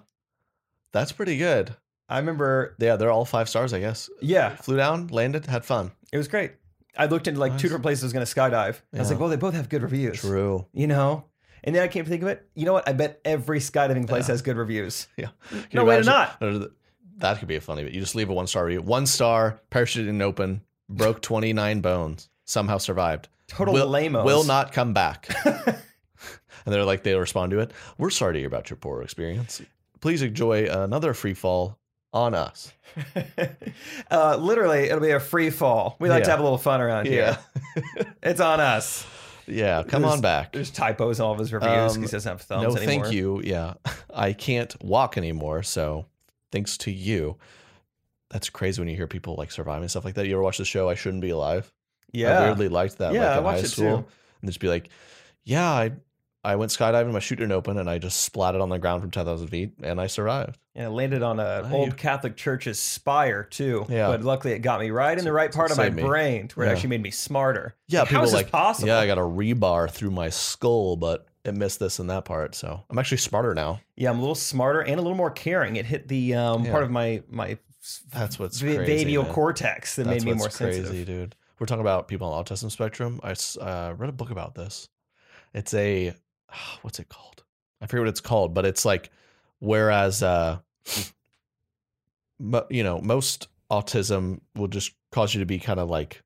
Speaker 1: That's pretty good.
Speaker 2: i remember
Speaker 1: Yeah, they're all five stars, I guess.
Speaker 2: yeah
Speaker 1: Flew down, landed, had fun.
Speaker 2: it was great i looked into like
Speaker 1: Nice.
Speaker 2: two different places i was going to skydive i
Speaker 1: Yeah.
Speaker 2: was like well they both have good reviews
Speaker 1: True.
Speaker 2: you know and then i came to think of it you know what i bet every skydiving place has good reviews
Speaker 1: Yeah. Can
Speaker 2: No
Speaker 1: you
Speaker 2: way to
Speaker 1: imagine- That could be funny, but you just leave a one star review. One star, parachute didn't open, broke 29 bones, somehow survived.
Speaker 2: total
Speaker 1: will,
Speaker 2: lame-os.
Speaker 1: will not come back. and they're like, they'll respond to it. We're sorry to hear about your poor experience. Please enjoy another free fall on us.
Speaker 2: uh, literally it'll be a free fall we like to
Speaker 1: Yeah.
Speaker 2: have a little fun around here it's on us
Speaker 1: Yeah. Come on back.
Speaker 2: there's typos in all of his reviews 'cause
Speaker 1: Um,
Speaker 2: he doesn't have thumbs
Speaker 1: No,
Speaker 2: anymore
Speaker 1: thank you. Yeah. I can't walk anymore. So thanks to you. That's crazy when you hear people like surviving and stuff like that. You ever watch the show I Shouldn't Be Alive?
Speaker 2: yeah
Speaker 1: I weirdly liked that.
Speaker 2: Yeah,
Speaker 1: like,
Speaker 2: I
Speaker 1: in
Speaker 2: watched
Speaker 1: high
Speaker 2: it
Speaker 1: school.
Speaker 2: too.
Speaker 1: And just be like, yeah, I I went skydiving. My chute didn't open, and I just splatted on the ground from ten thousand feet, and I survived.
Speaker 2: And it landed on a
Speaker 1: Wow,
Speaker 2: old
Speaker 1: you-
Speaker 2: Catholic church's spire too.
Speaker 1: Yeah.
Speaker 2: But luckily, it got me right in the right part of my
Speaker 1: Saved me.
Speaker 2: brain, to where
Speaker 1: Yeah.
Speaker 2: it actually made me smarter.
Speaker 1: Yeah,
Speaker 2: Like, how
Speaker 1: people
Speaker 2: is
Speaker 1: like,
Speaker 2: this possible?
Speaker 1: Yeah, I got a rebar through my skull, but it missed this and that part. So I'm actually smarter now.
Speaker 2: Yeah, I'm a little smarter and a little more caring. It hit the um,
Speaker 1: Yeah.
Speaker 2: part of my my s-
Speaker 1: That's what's
Speaker 2: v-
Speaker 1: crazy,
Speaker 2: vadial
Speaker 1: man.
Speaker 2: cortex that
Speaker 1: That's
Speaker 2: made me more
Speaker 1: what's crazy,
Speaker 2: sensitive.
Speaker 1: dude. We're talking about people on the autism spectrum. I s- uh, read a book about this. It's a ah, what's it called? I forget what it's called, but it's like whereas uh, mo- you know most autism will just cause you to be kind of like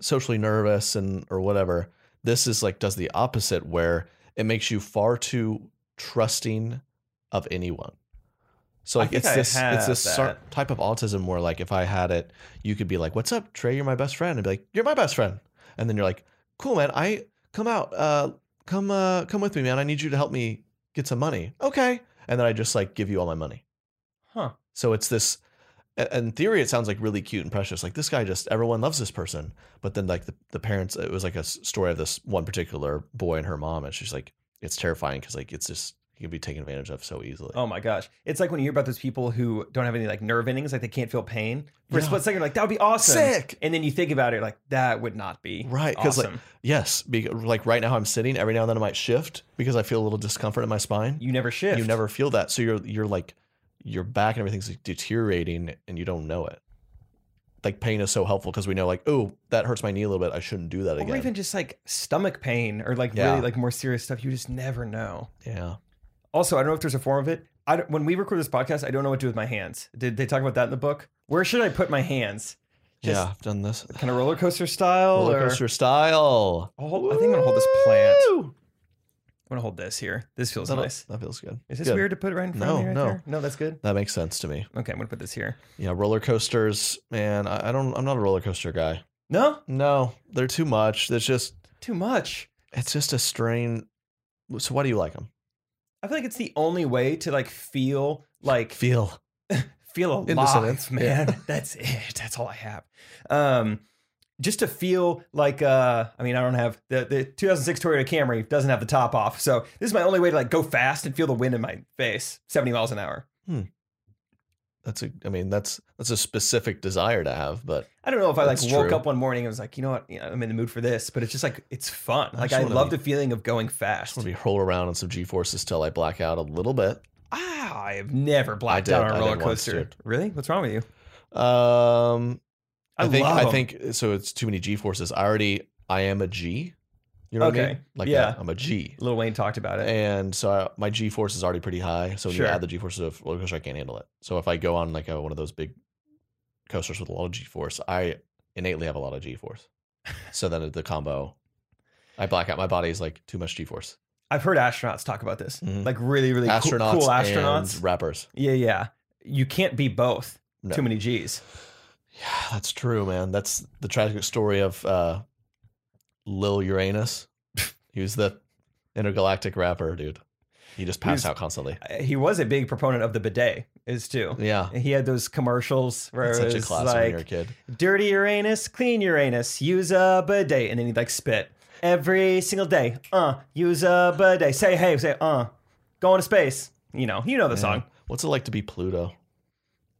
Speaker 1: socially nervous and or whatever. This is like does the opposite where it makes you far too trusting of anyone. So
Speaker 2: I
Speaker 1: like
Speaker 2: think
Speaker 1: it's
Speaker 2: I
Speaker 1: this it's
Speaker 2: have
Speaker 1: this sar-
Speaker 2: that.
Speaker 1: type of autism where like if I had it, you could be like, "What's up, Trey? You're my best friend," and be like, "You're my best friend," and then you're like, "Cool, man. I come out. Uh, come uh, come with me, man. I need you to help me get some money." Okay, and then I just like give you all my money.
Speaker 2: Huh.
Speaker 1: So it's this. a- In theory, it sounds like really cute and precious. Like this guy just everyone loves this person. But then like the, the parents, it was like a s- story of this one particular boy and her mom, and she's like, it's terrifying because like it's just he can be taken advantage of so easily.
Speaker 2: Oh my gosh. It's like when you hear about those people who don't have any like nerve endings, like they can't feel pain. For a
Speaker 1: Yeah.
Speaker 2: split second, you're like, that would be awesome.
Speaker 1: Sick.
Speaker 2: And then you think about it, like, that would not be
Speaker 1: Right, 'cause, like,
Speaker 2: Awesome.
Speaker 1: Yes, be, like right now I'm sitting. Every now and then I might shift because I feel a little discomfort in my spine.
Speaker 2: you never shift.
Speaker 1: You never feel that, so you're you're like your back and everything's like deteriorating, and you don't know it. Like pain is so helpful because we know like oh that hurts my knee a little bit. I shouldn't do that
Speaker 2: or
Speaker 1: again.
Speaker 2: even just like stomach pain or like
Speaker 1: Yeah.
Speaker 2: really like more serious stuff. You just never know.
Speaker 1: yeah,
Speaker 2: Also, I don't know if there's a form of it. I don't- when we record this podcast, I don't know what to do with my hands. Did they talk about that in the book? Where should I put my hands? Just
Speaker 1: yeah. I've done this.
Speaker 2: Kind of roller coaster style.
Speaker 1: Roller
Speaker 2: or-
Speaker 1: coaster style.
Speaker 2: I'll hold- I think I'm gonna hold this plant. I'm
Speaker 1: Woo!
Speaker 2: gonna hold this here. This feels
Speaker 1: That'll-
Speaker 2: nice.
Speaker 1: That feels good.
Speaker 2: Is this
Speaker 1: Good.
Speaker 2: weird to put right in front of
Speaker 1: No,
Speaker 2: me? Right
Speaker 1: no.
Speaker 2: there? no, that's good.
Speaker 1: That makes sense to me.
Speaker 2: Okay, I'm gonna put this here.
Speaker 1: Yeah, roller coasters, man. I, I don't. I'm not a roller coaster guy.
Speaker 2: No,
Speaker 1: No, they're too much. It's just.
Speaker 2: too much.
Speaker 1: It's just a strain. So why do you like them?
Speaker 2: I feel like it's the only way to like feel like
Speaker 1: Feel.
Speaker 2: feel
Speaker 1: the
Speaker 2: alive,
Speaker 1: sentence, yeah.
Speaker 2: man. That's it. That's all I have. Um, just to feel like uh, I mean, I don't have the, the 2006 Toyota Camry doesn't have the top off, so this is my only way to like go fast and feel the wind in my face, 70 miles an hour.
Speaker 1: That's a. I mean, that's that's a specific desire to have, but
Speaker 2: I don't know if I like
Speaker 1: That's
Speaker 2: woke
Speaker 1: true.
Speaker 2: up one morning and was like, you know what, yeah, I'm in the mood for this, but it's just like it's fun.
Speaker 1: I
Speaker 2: Like
Speaker 1: just
Speaker 2: I
Speaker 1: wanna
Speaker 2: love
Speaker 1: be-
Speaker 2: the feeling of going
Speaker 1: I
Speaker 2: fast.
Speaker 1: want to be roll around on some G forces till I black out a little bit.
Speaker 2: Ah, I have never blacked
Speaker 1: did-
Speaker 2: out
Speaker 1: I
Speaker 2: on a
Speaker 1: did
Speaker 2: roller
Speaker 1: once,
Speaker 2: coaster.
Speaker 1: dude.
Speaker 2: Really? What's wrong with you?
Speaker 1: Um, I, think
Speaker 2: love
Speaker 1: I
Speaker 2: 'em.
Speaker 1: think so. It's too many G forces. I already. I am a G. You know what I
Speaker 2: Okay,
Speaker 1: mean? Like
Speaker 2: yeah.
Speaker 1: i I'm a G.
Speaker 2: Lil Wayne talked about it.
Speaker 1: and so I, my g force is already pretty high. So when
Speaker 2: Sure.
Speaker 1: you add the g force of roller coaster, I can't handle it. So if I go on like a, one of those big coasters with a lot of g force, I innately have a lot of g force. so then the combo, I black out. My body is like too much g force.
Speaker 2: I've heard astronauts talk about this,
Speaker 1: Mhm.
Speaker 2: like really, really cool-
Speaker 1: Astronauts,
Speaker 2: cool, astronauts.
Speaker 1: and rappers.
Speaker 2: yeah, yeah. You can't be both.
Speaker 1: No.
Speaker 2: Too many G's.
Speaker 1: Yeah, that's true, man. That's the tragic story of uh, Lil Uranus. he was the intergalactic rapper, dude. He just passed
Speaker 2: He's-
Speaker 1: out constantly.
Speaker 2: Uh, He was a big proponent of the bidet, is too.
Speaker 1: Yeah.
Speaker 2: He had those commercials where
Speaker 1: That's
Speaker 2: it
Speaker 1: such a
Speaker 2: was
Speaker 1: classic when you're a
Speaker 2: like
Speaker 1: kid.
Speaker 2: "dirty Uranus, clean Uranus, use a bidet," and then he'd like spit every single day. Uh, use a bidet. Say hey, say uh, go into space. You know, you know the song.
Speaker 1: What's it like to be Pluto?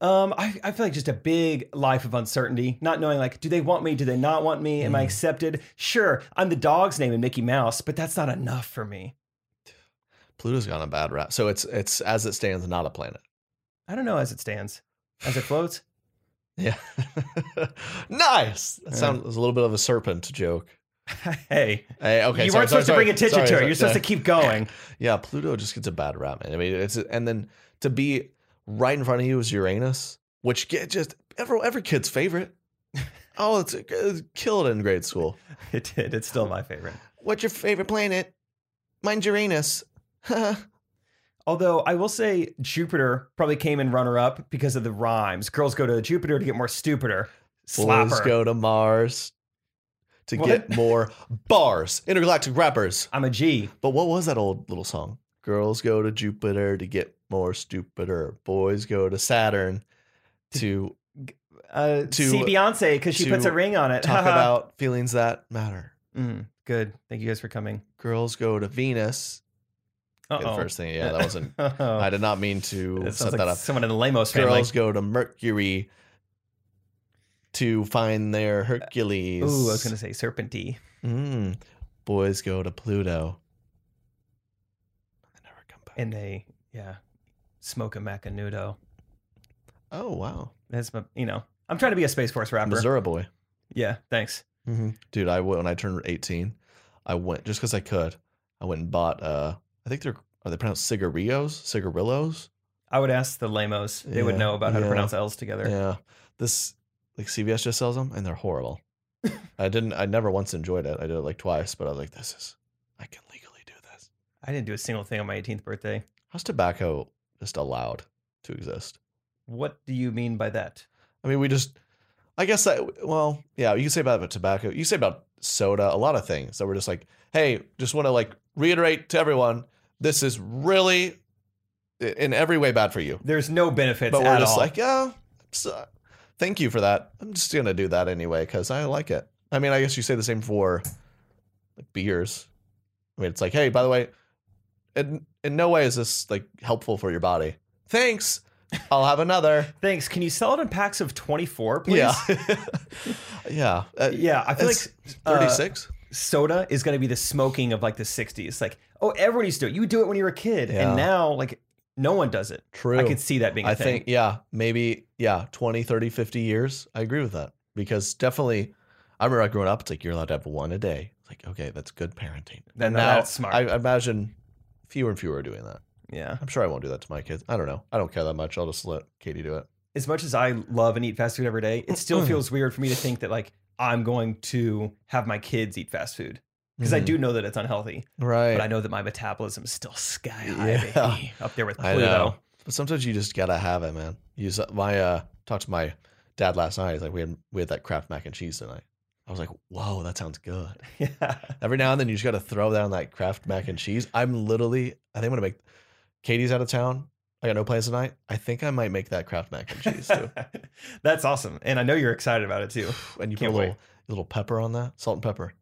Speaker 2: Um, I, I feel like just a big life of uncertainty, not knowing like, do they want me? Do they not want me?
Speaker 1: Mm.
Speaker 2: Am I accepted? Sure, I'm the dog's name in Mickey Mouse, but that's not enough for me.
Speaker 1: Pluto's got a bad rap. So it's it's as it stands, not a planet.
Speaker 2: I don't know as it stands, as it floats.
Speaker 1: Yeah. nice. That sounds was a little bit of a serpent joke.
Speaker 2: hey,
Speaker 1: Hey, okay. sorry,
Speaker 2: you weren't
Speaker 1: sorry,
Speaker 2: supposed
Speaker 1: sorry,
Speaker 2: to bring attention
Speaker 1: sorry,
Speaker 2: to it.
Speaker 1: sorry,
Speaker 2: You're supposed
Speaker 1: sorry.
Speaker 2: to keep going.
Speaker 1: Yeah, Pluto just gets a bad rap, man. I mean, it's and then to be right in front of you is Uranus, which get just every every kid's favorite. Oh, it's, it's killed in grade school.
Speaker 2: It did. It's still my favorite.
Speaker 1: What's your favorite planet? Mine's Uranus.
Speaker 2: Although I will say Jupiter probably came in runner up because of the rhymes. Girls go to Jupiter to get more stupider.
Speaker 1: Boys
Speaker 2: Slapper.
Speaker 1: go to Mars to
Speaker 2: What?
Speaker 1: get more bars. Intergalactic rappers.
Speaker 2: I'm a G.
Speaker 1: But what was that old little song? Girls go to Jupiter to get more stupider. Boys go to Saturn to
Speaker 2: Uh,
Speaker 1: To-
Speaker 2: see Beyonce because she
Speaker 1: to
Speaker 2: puts a ring on it.
Speaker 1: talk about feelings that matter.
Speaker 2: Mm, good. Thank you guys for coming.
Speaker 1: Girls go to Venus. Okay, the
Speaker 2: Uh-oh.
Speaker 1: first thing, yeah, that wasn't.
Speaker 2: Uh-oh.
Speaker 1: I did not mean to
Speaker 2: It
Speaker 1: set
Speaker 2: sounds like
Speaker 1: that up.
Speaker 2: someone in the Lamos family.
Speaker 1: Girls go to Mercury to find their Hercules.
Speaker 2: Ooh, I Uh, was gonna say Serpentine.
Speaker 1: Mm. Boys go to Pluto. They never come back.
Speaker 2: and they yeah smoke a macanudo.
Speaker 1: oh wow,
Speaker 2: That's my you know I'm trying to be a space force rapper.
Speaker 1: Missouri boy.
Speaker 2: Yeah, thanks.
Speaker 1: Dude, I went when I turned 18. I went just because I could. I went and bought. uh I think they're are they pronounced cigarillos? Cigarillos?
Speaker 2: I would ask the lamos; they
Speaker 1: Yeah,
Speaker 2: would know about how
Speaker 1: yeah.
Speaker 2: to pronounce L's together.
Speaker 1: Yeah. This like CVS just sells them, and they're horrible. I didn't. I never once enjoyed it. I did it like twice, but I was like, this is. I can legally do this.
Speaker 2: I didn't do a single thing on my 18th birthday.
Speaker 1: How's tobacco just allowed to exist?
Speaker 2: What do you mean by that?
Speaker 1: I mean, we just, I guess that, well, yeah, you can say about tobacco, you can say about soda, a lot of things that we're just like, hey, just want to like reiterate to everyone, this is really i- in every way bad for you.
Speaker 2: There's no benefits
Speaker 1: but we're
Speaker 2: at
Speaker 1: just
Speaker 2: all.
Speaker 1: like, yeah, so- thank you for that. I'm just going to do that anyway because I like it. I mean, I guess you say the same for like beers. I mean, it's like, hey, by the way, in, in no way is this like helpful for your body. Thanks. I'll have another.
Speaker 2: Thanks. Can you sell it in packs of 24, please?
Speaker 1: Yeah. yeah. Uh,
Speaker 2: Yeah, I feel
Speaker 1: It's
Speaker 2: like uh,
Speaker 1: 36?
Speaker 2: soda is going to be the smoking of like the 60s. Like, oh, everybody's doing. it. You do it when you were a kid,
Speaker 1: Yeah.
Speaker 2: and now like no one does it.
Speaker 1: True.
Speaker 2: I could see that being. a
Speaker 1: I
Speaker 2: thing.
Speaker 1: think, yeah, maybe, yeah, 20, 30, 50 years. I agree with that because definitely, I remember growing up, it's like you're allowed to have one a day. It's like, okay, that's good parenting.
Speaker 2: Then
Speaker 1: And
Speaker 2: Oh, that's smart.
Speaker 1: I imagine fewer and fewer are doing that.
Speaker 2: Yeah.
Speaker 1: I'm sure I won't do that to my kids. I don't know. I don't care that much. I'll just let Katie do it.
Speaker 2: as much as I love and eat fast food every day, it
Speaker 1: Mm.
Speaker 2: still feels weird for me to think that like I'm going to have my kids eat fast food because I do know that it's unhealthy,
Speaker 1: Mm. Mm-hmm. Right.
Speaker 2: but I know that my metabolism is still sky high,
Speaker 1: Yeah.
Speaker 2: baby, up there with
Speaker 1: I know.
Speaker 2: Pluto.
Speaker 1: But sometimes you just gotta have it, man. You s my uh talked to my dad last night. He's like, we had we had that Kraft mac and cheese tonight. I was like, whoa, that sounds good.
Speaker 2: Yeah,
Speaker 1: Every now and then you just gotta throw down that Kraft mac and cheese. I'm literally, I think I'm gonna make. Katie's out of town. I got no plans tonight. I think I might make that Kraft mac and cheese too.
Speaker 2: that's awesome, and I know you're excited about it too.
Speaker 1: and you put a
Speaker 2: Can't
Speaker 1: little
Speaker 2: wait.
Speaker 1: little pepper on that, salt and pepper.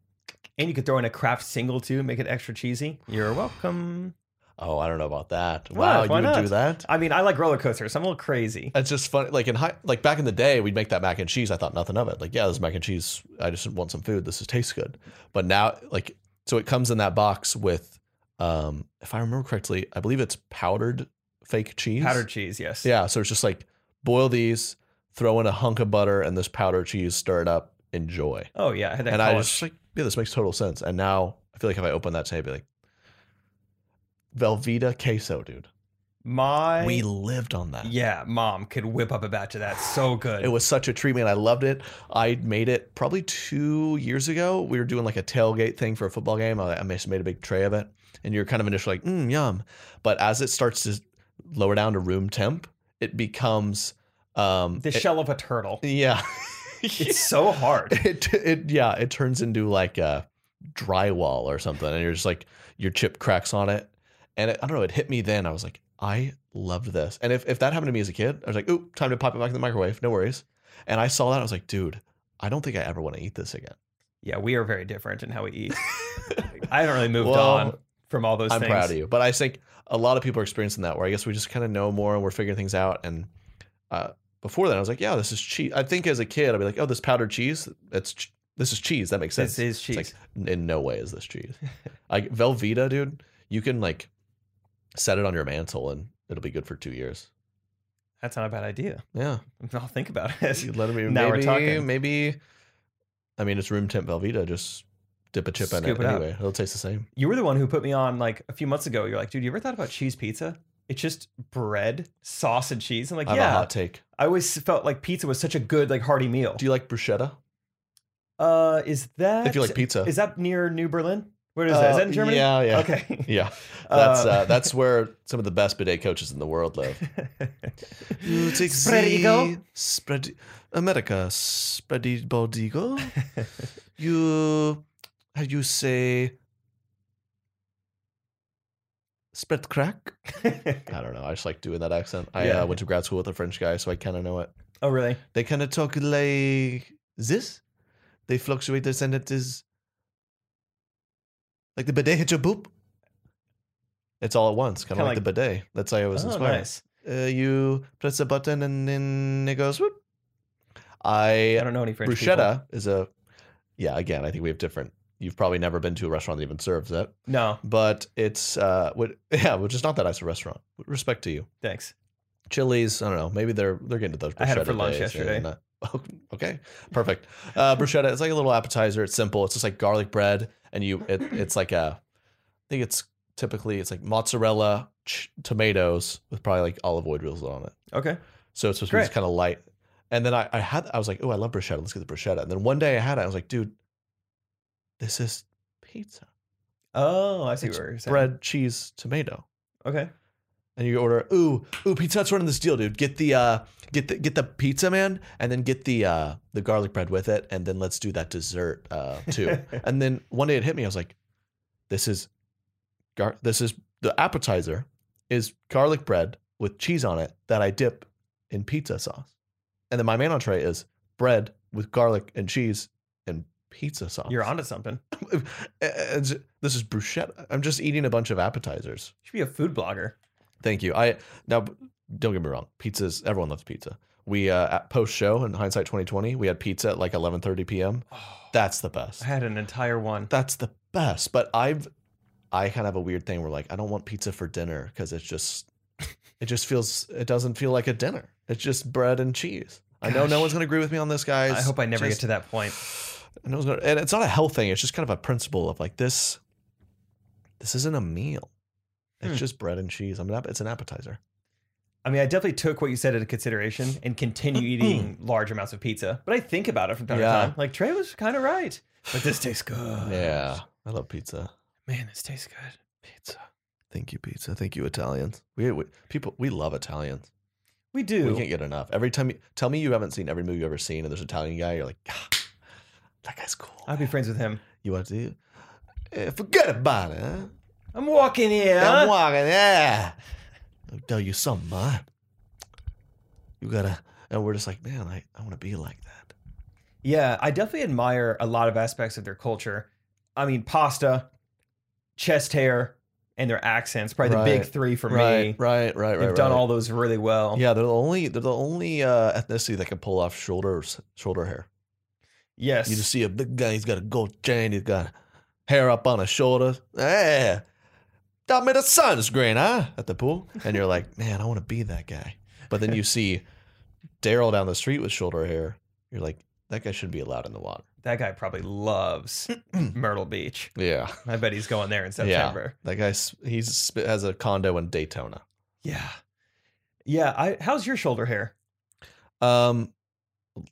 Speaker 2: And you could throw in a craft single too, make it extra cheesy. You're welcome.
Speaker 1: Oh, I don't know about that.
Speaker 2: Why?
Speaker 1: Wow, you
Speaker 2: Why
Speaker 1: would do
Speaker 2: not?
Speaker 1: that?
Speaker 2: I mean, I like roller coasters. I'm a little crazy.
Speaker 1: It's just funny. Like in high, like back in the day, we'd make that mac and cheese. I thought nothing of it. Like, yeah, this mac and cheese. I just want some food. This is tastes good. But now, like, so it comes in that box with, um, if I remember correctly, I believe it's powdered fake cheese.
Speaker 2: Powdered cheese, yes.
Speaker 1: Yeah. So it's just like boil these, throw in a hunk of butter and this powdered cheese, stir it up, enjoy.
Speaker 2: Oh yeah, I had that.
Speaker 1: and I
Speaker 2: college-
Speaker 1: just like, yeah, this makes total sense. And now I feel like if I open that today, I'd be like, Velveeta queso, dude.
Speaker 2: my
Speaker 1: we lived on that.
Speaker 2: yeah, mom could whip up a batch of that. So good.
Speaker 1: It was such a treat, man. I loved it. I made it probably two years ago. We were doing like a tailgate thing for a football game. I, I just made a big tray of it. And you're kind of initially like, mm, yum. But as it starts to lower down to room temp, it becomes. Um,
Speaker 2: the
Speaker 1: it-
Speaker 2: shell of a turtle.
Speaker 1: yeah.
Speaker 2: It's so hard.
Speaker 1: it, it, yeah, it turns into like a drywall or something. And you're just like, your chip cracks on it. And it, I don't know, it hit me then. I was like, I loved this. And if, if that happened to me as a kid, I was like, oop, time to pop it back in the microwave. No worries. And I saw that. I was like, dude, I don't think I ever want to eat this again.
Speaker 2: Yeah, we are very different in how we eat. I haven't really moved
Speaker 1: Well,
Speaker 2: on from all those
Speaker 1: I'm
Speaker 2: things.
Speaker 1: proud of you. But I think a lot of people are experiencing that where I guess we just kind of know more and we're figuring things out. And uh, before then, I was like, yeah, this is cheese. I think as a kid, I'd be like, oh, this powdered cheese, that's ch- this is cheese. That makes sense.
Speaker 2: This is cheese.
Speaker 1: It's like in no way is this cheese. like Velveeta, dude, you can like set it on your mantle and it'll be good for two years.
Speaker 2: That's not a bad idea.
Speaker 1: Yeah,
Speaker 2: I'll think about it.
Speaker 1: you let it be.
Speaker 2: Now we're
Speaker 1: maybe,
Speaker 2: talking.
Speaker 1: Maybe, I mean, it's room temp Velveeta. Just dip a chip in
Speaker 2: Scoop
Speaker 1: it,
Speaker 2: it up.
Speaker 1: anyway. It'll taste the same.
Speaker 2: You were the one who put me on like a few months ago. You're like, dude, you ever thought about cheese pizza? It's just bread, sauce, and cheese. I'm like,
Speaker 1: I have a
Speaker 2: yeah.
Speaker 1: hot take.
Speaker 2: I always felt like pizza was such a good, like, hearty meal.
Speaker 1: Do you like bruschetta?
Speaker 2: uh, is that
Speaker 1: If you like pizza,
Speaker 2: is that near New Berlin? Where is that? Is
Speaker 1: Uh,
Speaker 2: that in Germany?
Speaker 1: Yeah, yeah.
Speaker 2: Okay.
Speaker 1: Yeah, that's
Speaker 2: Uh,
Speaker 1: uh, that's where some of the best bidet coaches in the world live. You take
Speaker 2: Spread eagle.
Speaker 1: the spread e- America, spread bald eagle. you, how you say, spread crack. I don't know. I just like doing that accent. I
Speaker 2: Yeah.
Speaker 1: uh, went to grad school with a French guy, so I kind of know it.
Speaker 2: oh, really?
Speaker 1: They kind of talk like this. They fluctuate their sentences Like the bidet hit you boop. It's all at once, kind
Speaker 2: Kinda
Speaker 1: of like, the bidet. That's how I was
Speaker 2: Oh,
Speaker 1: inspired.
Speaker 2: nice.
Speaker 1: Uh, you press a button and then it goes whoop. I
Speaker 2: I don't know any French people.
Speaker 1: bruschetta is a yeah. Again, I think we have different. You've probably never been to a restaurant that even serves that,
Speaker 2: No,
Speaker 1: but it's uh, what yeah, which is not that nice of a restaurant. With respect to you,
Speaker 2: thanks.
Speaker 1: Chili's. I don't know. Maybe they're they're getting to those.
Speaker 2: I had it for
Speaker 1: bruschetta
Speaker 2: lunch
Speaker 1: days,
Speaker 2: yesterday.
Speaker 1: and, uh, okay, perfect. Uh, bruschetta. It's like a little appetizer. It's simple. It's just like garlic bread, and you. It, it's like a. I think it's typically it's like mozzarella, ch- tomatoes with probably like olive oil drizzled on it.
Speaker 2: Okay.
Speaker 1: So it's supposed to be
Speaker 2: Great.
Speaker 1: kind of light. And then I, I had I was like, oh, I love bruschetta. Let's get the bruschetta. And then one day I had it. I was like, dude, this is pizza.
Speaker 2: Oh, I see
Speaker 1: It's
Speaker 2: what you're saying.
Speaker 1: Bread, cheese, tomato.
Speaker 2: Okay.
Speaker 1: And you order, ooh, ooh, Pizza Hut's running this deal, dude. Get the uh get the get the pizza man and then get the uh the garlic bread with it, and then let's do that dessert uh too. and then one day it hit me, I was like, This is gar this is the appetizer is garlic bread with cheese on it that I dip in pizza sauce. And then my main entree is bread with garlic and cheese and pizza sauce.
Speaker 2: You're onto something. You
Speaker 1: And this is bruschetta. I'm just eating a bunch of appetizers.
Speaker 2: should be a food blogger.
Speaker 1: Thank you. I now don't get me wrong. Pizzas. Everyone loves pizza. We uh, at post show in hindsight 2020, we had pizza at like 11:30 p.m. That's the best.
Speaker 2: I had an entire one.
Speaker 1: That's the best. But I've I kind of have a weird thing where like I don't want pizza for dinner because it's just it just feels it doesn't feel like a dinner. It's just bread and cheese. I know no
Speaker 2: Gosh.
Speaker 1: one's gonna agree with me on this, guys.
Speaker 2: I hope I never get to that point.
Speaker 1: And, it was gonna, and it's not a health thing. It's just kind of a principle of like this. This isn't a meal. It's
Speaker 2: Hmm.
Speaker 1: just bread and cheese. I'm an, app- it's an appetizer.
Speaker 2: I mean, I definitely took what you said into consideration and continue eating large amounts of pizza. But I think about it from time
Speaker 1: Hmm. Yeah.
Speaker 2: to time. Like Trey was kind of right. But this tastes good.
Speaker 1: Yeah, I love pizza.
Speaker 2: Man, this tastes good. Pizza.
Speaker 1: Thank you, pizza. Thank you, Italians. We, we people we love Italians.
Speaker 2: We do.
Speaker 1: We can't get enough. Every time you tell me you haven't seen every movie you've ever seen, and there's an Italian guy, you're like, "Ah, that guy's cool.
Speaker 2: I'd be friends with him.
Speaker 1: you want to? Eh, forget about it. Huh?
Speaker 2: I'm walking here.
Speaker 1: I'm walking. Yeah, I'll tell you something, huh? You gotta. And we're just like, man, I, I want to be like that.
Speaker 2: Yeah, I definitely admire a lot of aspects of their culture. I mean, pasta, chest hair, and their accents, probably the
Speaker 1: Right,
Speaker 2: big three for me.
Speaker 1: right, right, right, right.
Speaker 2: They've done
Speaker 1: right.
Speaker 2: all those really well.
Speaker 1: Yeah, they're the only they're the only uh, ethnicity that can pull off shoulders shoulder hair.
Speaker 2: Yes.
Speaker 1: You just see a big guy. He's got a gold chain. He's got hair up on his shoulders. Yeah. Taught me the sun's green, huh? At the pool. And you're like, man, I want to be that guy. But then you see Daryl down the street with shoulder hair. You're like, that guy shouldn't be allowed in the water.
Speaker 2: that guy probably loves Myrtle Beach.
Speaker 1: Yeah.
Speaker 2: I bet he's going there in September.
Speaker 1: That guy s- he's, sp- has a condo in Daytona.
Speaker 2: Yeah. Yeah. I how's your shoulder hair?
Speaker 1: Um,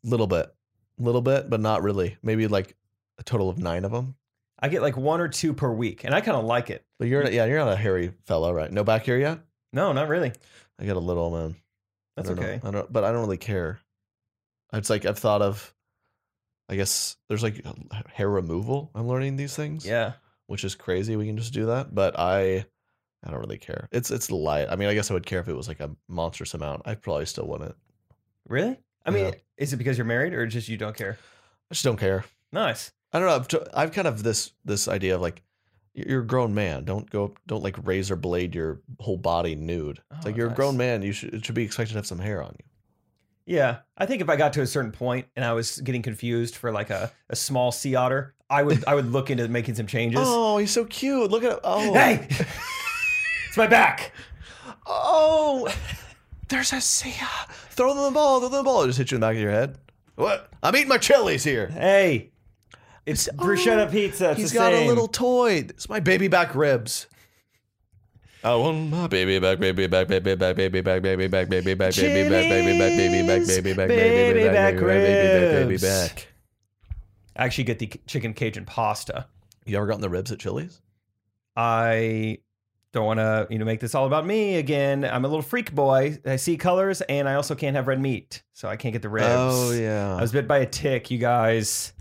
Speaker 1: little bit. Little bit, but not really. Maybe like a total of nine of them.
Speaker 2: I get like one or two per week, and I kind of like it.
Speaker 1: But you're, yeah, you're not a hairy fella, right? No back hair yet?
Speaker 2: No, not really.
Speaker 1: I got a little, um, man. I
Speaker 2: That's
Speaker 1: don't know.
Speaker 2: okay.
Speaker 1: I don't, but I don't really care. It's like I've thought of. I guess there's like hair removal. I'm learning these things,
Speaker 2: Yeah.
Speaker 1: which is crazy. We can just do that, but I, I don't really care. It's it's light. I mean, I guess I would care if it was like a monstrous amount. I probably still wouldn't.
Speaker 2: Really? I mean,
Speaker 1: Yeah.
Speaker 2: is it because you're married or just you don't care?
Speaker 1: I just don't care.
Speaker 2: Nice.
Speaker 1: I don't know. I've, t- I've kind of this this idea of like, you're a grown man. Don't go. Don't like razor blade your whole body nude. It's
Speaker 2: Oh,
Speaker 1: like you're
Speaker 2: nice.
Speaker 1: a grown man. You should it should be expected to have some hair on you.
Speaker 2: Yeah, I think if I got to a certain point and I was getting confused for like a, a small sea otter, I would I would look into making some changes.
Speaker 1: oh, he's so cute. Look at oh.
Speaker 2: Hey, it's my back.
Speaker 1: Oh, there's a sea. Throw them the ball. Throw them the ball. It just hit you in the back of your head. What? I'm eating my chilies here.
Speaker 2: Hey, it's bruschetta pizza. It's
Speaker 1: He's
Speaker 2: the
Speaker 1: got
Speaker 2: same.
Speaker 1: a little toy. It's my baby back ribs. I want my baby back, baby back, baby back, baby back, baby back, baby back, baby back, baby back, baby back, baby back, baby back, baby back, baby back, baby back.
Speaker 2: I actually get the chicken Cajun pasta.
Speaker 1: You ever gotten the ribs at Chili's?
Speaker 2: I don't want to you know make this all about me again. I'm a little freak boy. I see colors, and I also can't have red meat, so I can't get the ribs. I
Speaker 1: Oh, yeah.
Speaker 2: was bit by a tick, you guys.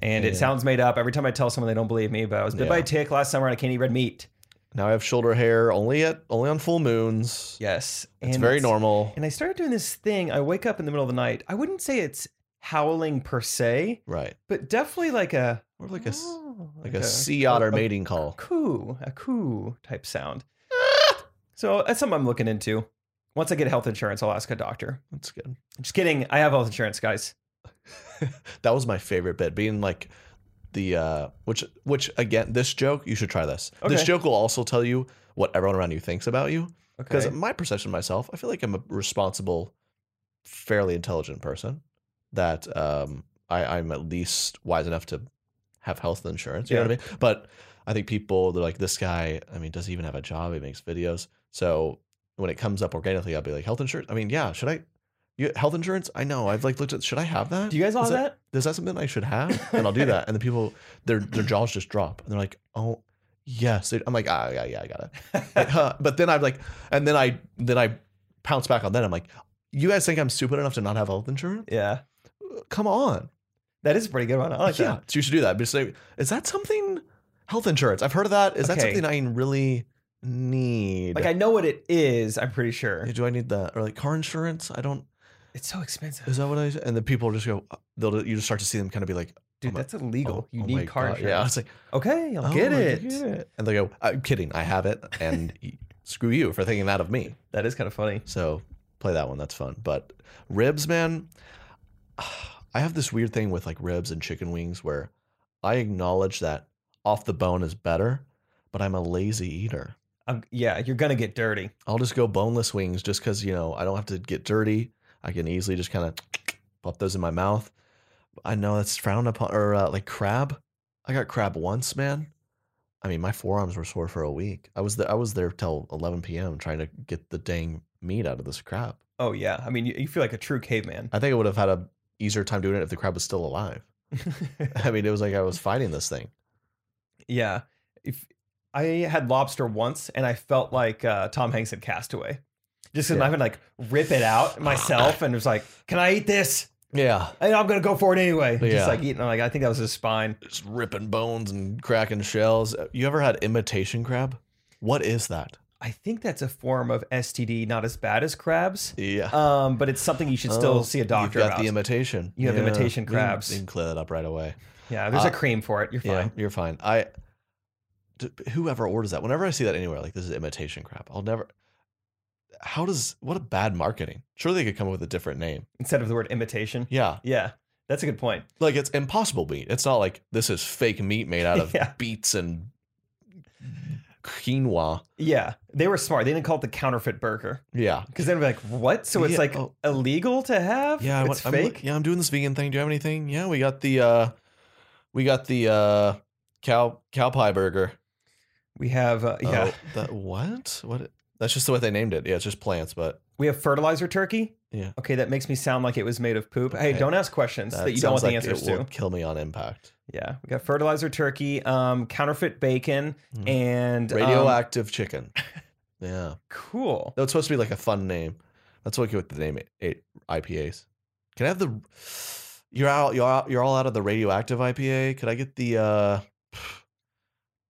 Speaker 2: And it
Speaker 1: Yeah.
Speaker 2: sounds made up. Every time I tell someone, they don't believe me. But I was bit by a
Speaker 1: Yeah.
Speaker 2: tick last summer, and I can't eat red meat.
Speaker 1: Now I have shoulder hair only at only on full moons.
Speaker 2: Yes,
Speaker 1: It's very normal.
Speaker 2: And I started doing this thing. I wake up in the middle of the night. I wouldn't say it's howling per se,
Speaker 1: Right.
Speaker 2: but definitely like a
Speaker 1: Or like a s-
Speaker 2: Oh,
Speaker 1: like a sea otter
Speaker 2: a-
Speaker 1: mating call.
Speaker 2: coo, a coo type sound.
Speaker 1: Ah!
Speaker 2: so that's something I'm looking into. Once I get health insurance, I'll ask a doctor.
Speaker 1: That's good.
Speaker 2: Just kidding. I have health insurance, guys.
Speaker 1: That was my favorite bit, being like the uh which which again this joke you should try this. This
Speaker 2: Okay.
Speaker 1: joke will also tell you what everyone around you thinks about you because
Speaker 2: Okay.
Speaker 1: my perception of myself, I feel like I'm a responsible, fairly intelligent person that um I I'm at least wise enough to have health insurance, you know
Speaker 2: Yeah.
Speaker 1: what I mean? But I think people they're like this guy, I mean, doesn't even have a job, he makes videos. So when it comes up organically, I'll be like health insurance. I mean, yeah, should I you, health insurance? I know. I've like looked at. Should I have that?
Speaker 2: Do you guys all
Speaker 1: Is
Speaker 2: have that?
Speaker 1: is that something I should have? And I'll do that. And the people, their their jaws just drop, and they're like, oh yes. I'm like, ah, yeah, yeah, I got it. Like, huh. But then I'm like, and then I then I pounce back on that. I'm like, you guys think I'm stupid enough to not have health insurance?
Speaker 2: yeah.
Speaker 1: Come on,
Speaker 2: That is a pretty good one. I like
Speaker 1: yeah.
Speaker 2: that.
Speaker 1: So you should do that. But say, is that something? Health insurance. I've heard of that. Is that
Speaker 2: Okay.
Speaker 1: something I really need?
Speaker 2: Like I know what it is, I'm pretty sure.
Speaker 1: do I need that or like car insurance? I don't.
Speaker 2: It's so expensive.
Speaker 1: Is that what I? And the people just go. uh, They'll. You just start to see them kind of be like,
Speaker 2: Dude,
Speaker 1: my-
Speaker 2: that's illegal.
Speaker 1: oh-
Speaker 2: you
Speaker 1: oh my
Speaker 2: need car
Speaker 1: God.
Speaker 2: insurance.
Speaker 1: Yeah, I was like,
Speaker 2: Okay, I'll
Speaker 1: oh,
Speaker 2: get,
Speaker 1: I
Speaker 2: it.
Speaker 1: get it. And they go, I'm kidding. I have it. And y- screw you for thinking that of me.
Speaker 2: That is kind of funny.
Speaker 1: So play that one. That's fun. But ribs, man, I have this weird thing with like ribs and chicken wings where I acknowledge that off the bone is better, but I'm a lazy eater.
Speaker 2: Um, yeah, you're gonna get dirty.
Speaker 1: I'll just go boneless wings just because, you know, I don't have to get dirty. I can easily just kind of pop those in my mouth. I know that's frowned upon, or uh, like crab. I got crab once, man. I mean, my forearms were sore for a week. I was there, I was there till 11 p.m. trying to get the dang meat out of this crab.
Speaker 2: Oh yeah. I mean, you, you feel like a true caveman.
Speaker 1: I think I would have had a easier time doing it if the crab was still alive. I mean, it was like I was fighting this thing.
Speaker 2: yeah. If I had lobster once, and I felt like uh, Tom Hanks in Castaway, just 'cause
Speaker 1: Yeah.
Speaker 2: I would like rip it out myself, and it was like, "Can I eat this?"
Speaker 1: Yeah,
Speaker 2: And I'm gonna go for it anyway.
Speaker 1: Yeah.
Speaker 2: Just like eating, like I think that was his spine.
Speaker 1: just ripping bones and cracking shells. Uh, You ever had imitation crab? What is that?
Speaker 2: I think that's a form of STD, not as bad as crabs,
Speaker 1: Yeah,
Speaker 2: um, but it's something you should still
Speaker 1: Oh,
Speaker 2: see a doctor
Speaker 1: You've got
Speaker 2: about.
Speaker 1: the imitation.
Speaker 2: You have imitation
Speaker 1: we can-
Speaker 2: crabs.
Speaker 1: You can, clear that up right away.
Speaker 2: yeah, there's
Speaker 1: Uh,
Speaker 2: a cream for it. You're fine.
Speaker 1: Yeah, you're fine. I d- whoever orders that, whenever I see that anywhere, like this is imitation crab. I'll never. How does what a bad marketing? Surely they could come up with a different name.
Speaker 2: Instead of the word imitation.
Speaker 1: Yeah,
Speaker 2: Yeah, that's a good point.
Speaker 1: like it's impossible meat. It's not like this is fake meat made out of
Speaker 2: Yeah.
Speaker 1: beets and quinoa.
Speaker 2: Yeah, they were smart. They didn't call it the counterfeit burger
Speaker 1: Yeah.
Speaker 2: because then we're like, what? So it's
Speaker 1: Yeah,
Speaker 2: like
Speaker 1: oh.
Speaker 2: illegal to have?
Speaker 1: Yeah, I
Speaker 2: it's
Speaker 1: am
Speaker 2: fake.
Speaker 1: yeah, I'm doing this vegan thing. Do you have anything? Yeah, we got the uh we got the uh cow cow pie burger.
Speaker 2: We have uh, yeah,
Speaker 1: Oh, that what? What that's just the way they named it. Yeah, it's just plants, but
Speaker 2: we have fertilizer turkey.
Speaker 1: Yeah.
Speaker 2: Okay, that makes me sound like it was made of poop. Hey,
Speaker 1: Okay.
Speaker 2: don't ask questions that, you don't
Speaker 1: sounds
Speaker 2: want the
Speaker 1: like
Speaker 2: answers
Speaker 1: it will
Speaker 2: to.
Speaker 1: kill me on impact.
Speaker 2: Yeah, we got fertilizer turkey, um, counterfeit bacon,
Speaker 1: Mhm.
Speaker 2: and um,
Speaker 1: Radioactive chicken. Yeah.
Speaker 2: cool.
Speaker 1: That was supposed to be like a fun name. That's what you get the name it, it- IPAs. Can I have the you're out you're out, you're all out of the radioactive IPA? Could I get the uh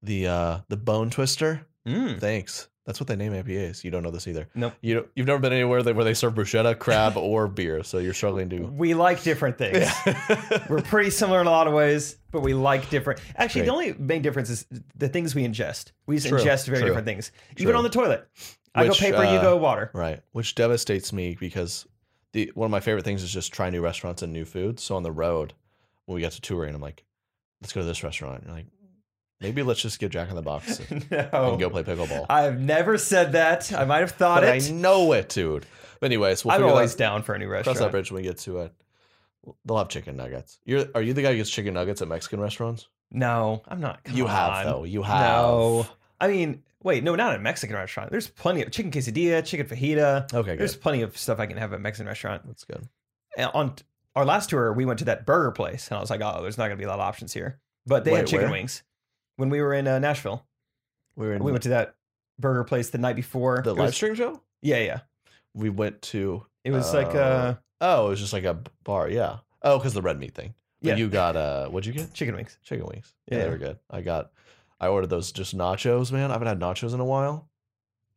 Speaker 1: the uh the bone twister?
Speaker 2: Mm.
Speaker 1: Thanks. That's what they name IPAs. You don't know this either.
Speaker 2: Nope.
Speaker 1: You don't, you've never been anywhere that, where they serve bruschetta, crab, or beer, so you're struggling to.
Speaker 2: We like different things. We're pretty similar in a lot of ways, but we like different. Actually, the only main difference is the things we ingest. We just
Speaker 1: True,
Speaker 2: ingest very
Speaker 1: true,
Speaker 2: different things. Even
Speaker 1: true.
Speaker 2: on the toilet, I go
Speaker 1: Which,
Speaker 2: paper, you
Speaker 1: uh,
Speaker 2: go water.
Speaker 1: Right, which devastates me because the one of my favorite things is just try new restaurants and new foods. So on the road, when we got to touring, I'm like, let's go to this restaurant. And you're like, maybe let's just get Jack in the Box and
Speaker 2: no,
Speaker 1: go play pickleball. I
Speaker 2: I've never said that. I might have thought
Speaker 1: but I
Speaker 2: it.
Speaker 1: know it, dude. But anyways, we'll
Speaker 2: I'm
Speaker 1: figure
Speaker 2: always
Speaker 1: that,
Speaker 2: down for a new
Speaker 1: cross that
Speaker 2: restaurant.
Speaker 1: bridge when we get to it. They'll have chicken nuggets. You're are you the guy who gets chicken nuggets at Mexican restaurants?
Speaker 2: No, I'm not. Come
Speaker 1: you
Speaker 2: on.
Speaker 1: have though. You have.
Speaker 2: No, I mean, wait, no, not a Mexican restaurant. There's plenty of chicken quesadilla, chicken fajita.
Speaker 1: Okay, good.
Speaker 2: There's plenty of stuff I can have at a Mexican restaurant.
Speaker 1: That's good.
Speaker 2: And on t- our last tour, we went to that burger place, and I was like, oh, there's not gonna be a lot of options here. But they had
Speaker 1: Wait,
Speaker 2: chicken
Speaker 1: where?
Speaker 2: wings when we were in uh, Nashville.
Speaker 1: We were in
Speaker 2: We went to that burger place the night before.
Speaker 1: the
Speaker 2: It
Speaker 1: live
Speaker 2: was-
Speaker 1: stream show.
Speaker 2: Yeah, yeah.
Speaker 1: We went to
Speaker 2: It was like
Speaker 1: Uh,
Speaker 2: uh,
Speaker 1: Oh, it was just like a b- bar. Yeah. Oh, because the red meat thing. But
Speaker 2: Yeah.
Speaker 1: You got uh, what'd you get?
Speaker 2: chicken wings.
Speaker 1: Chicken wings. Yeah, they
Speaker 2: Yeah.
Speaker 1: were good. I got, I ordered those just nachos. Man, I haven't had nachos in a while.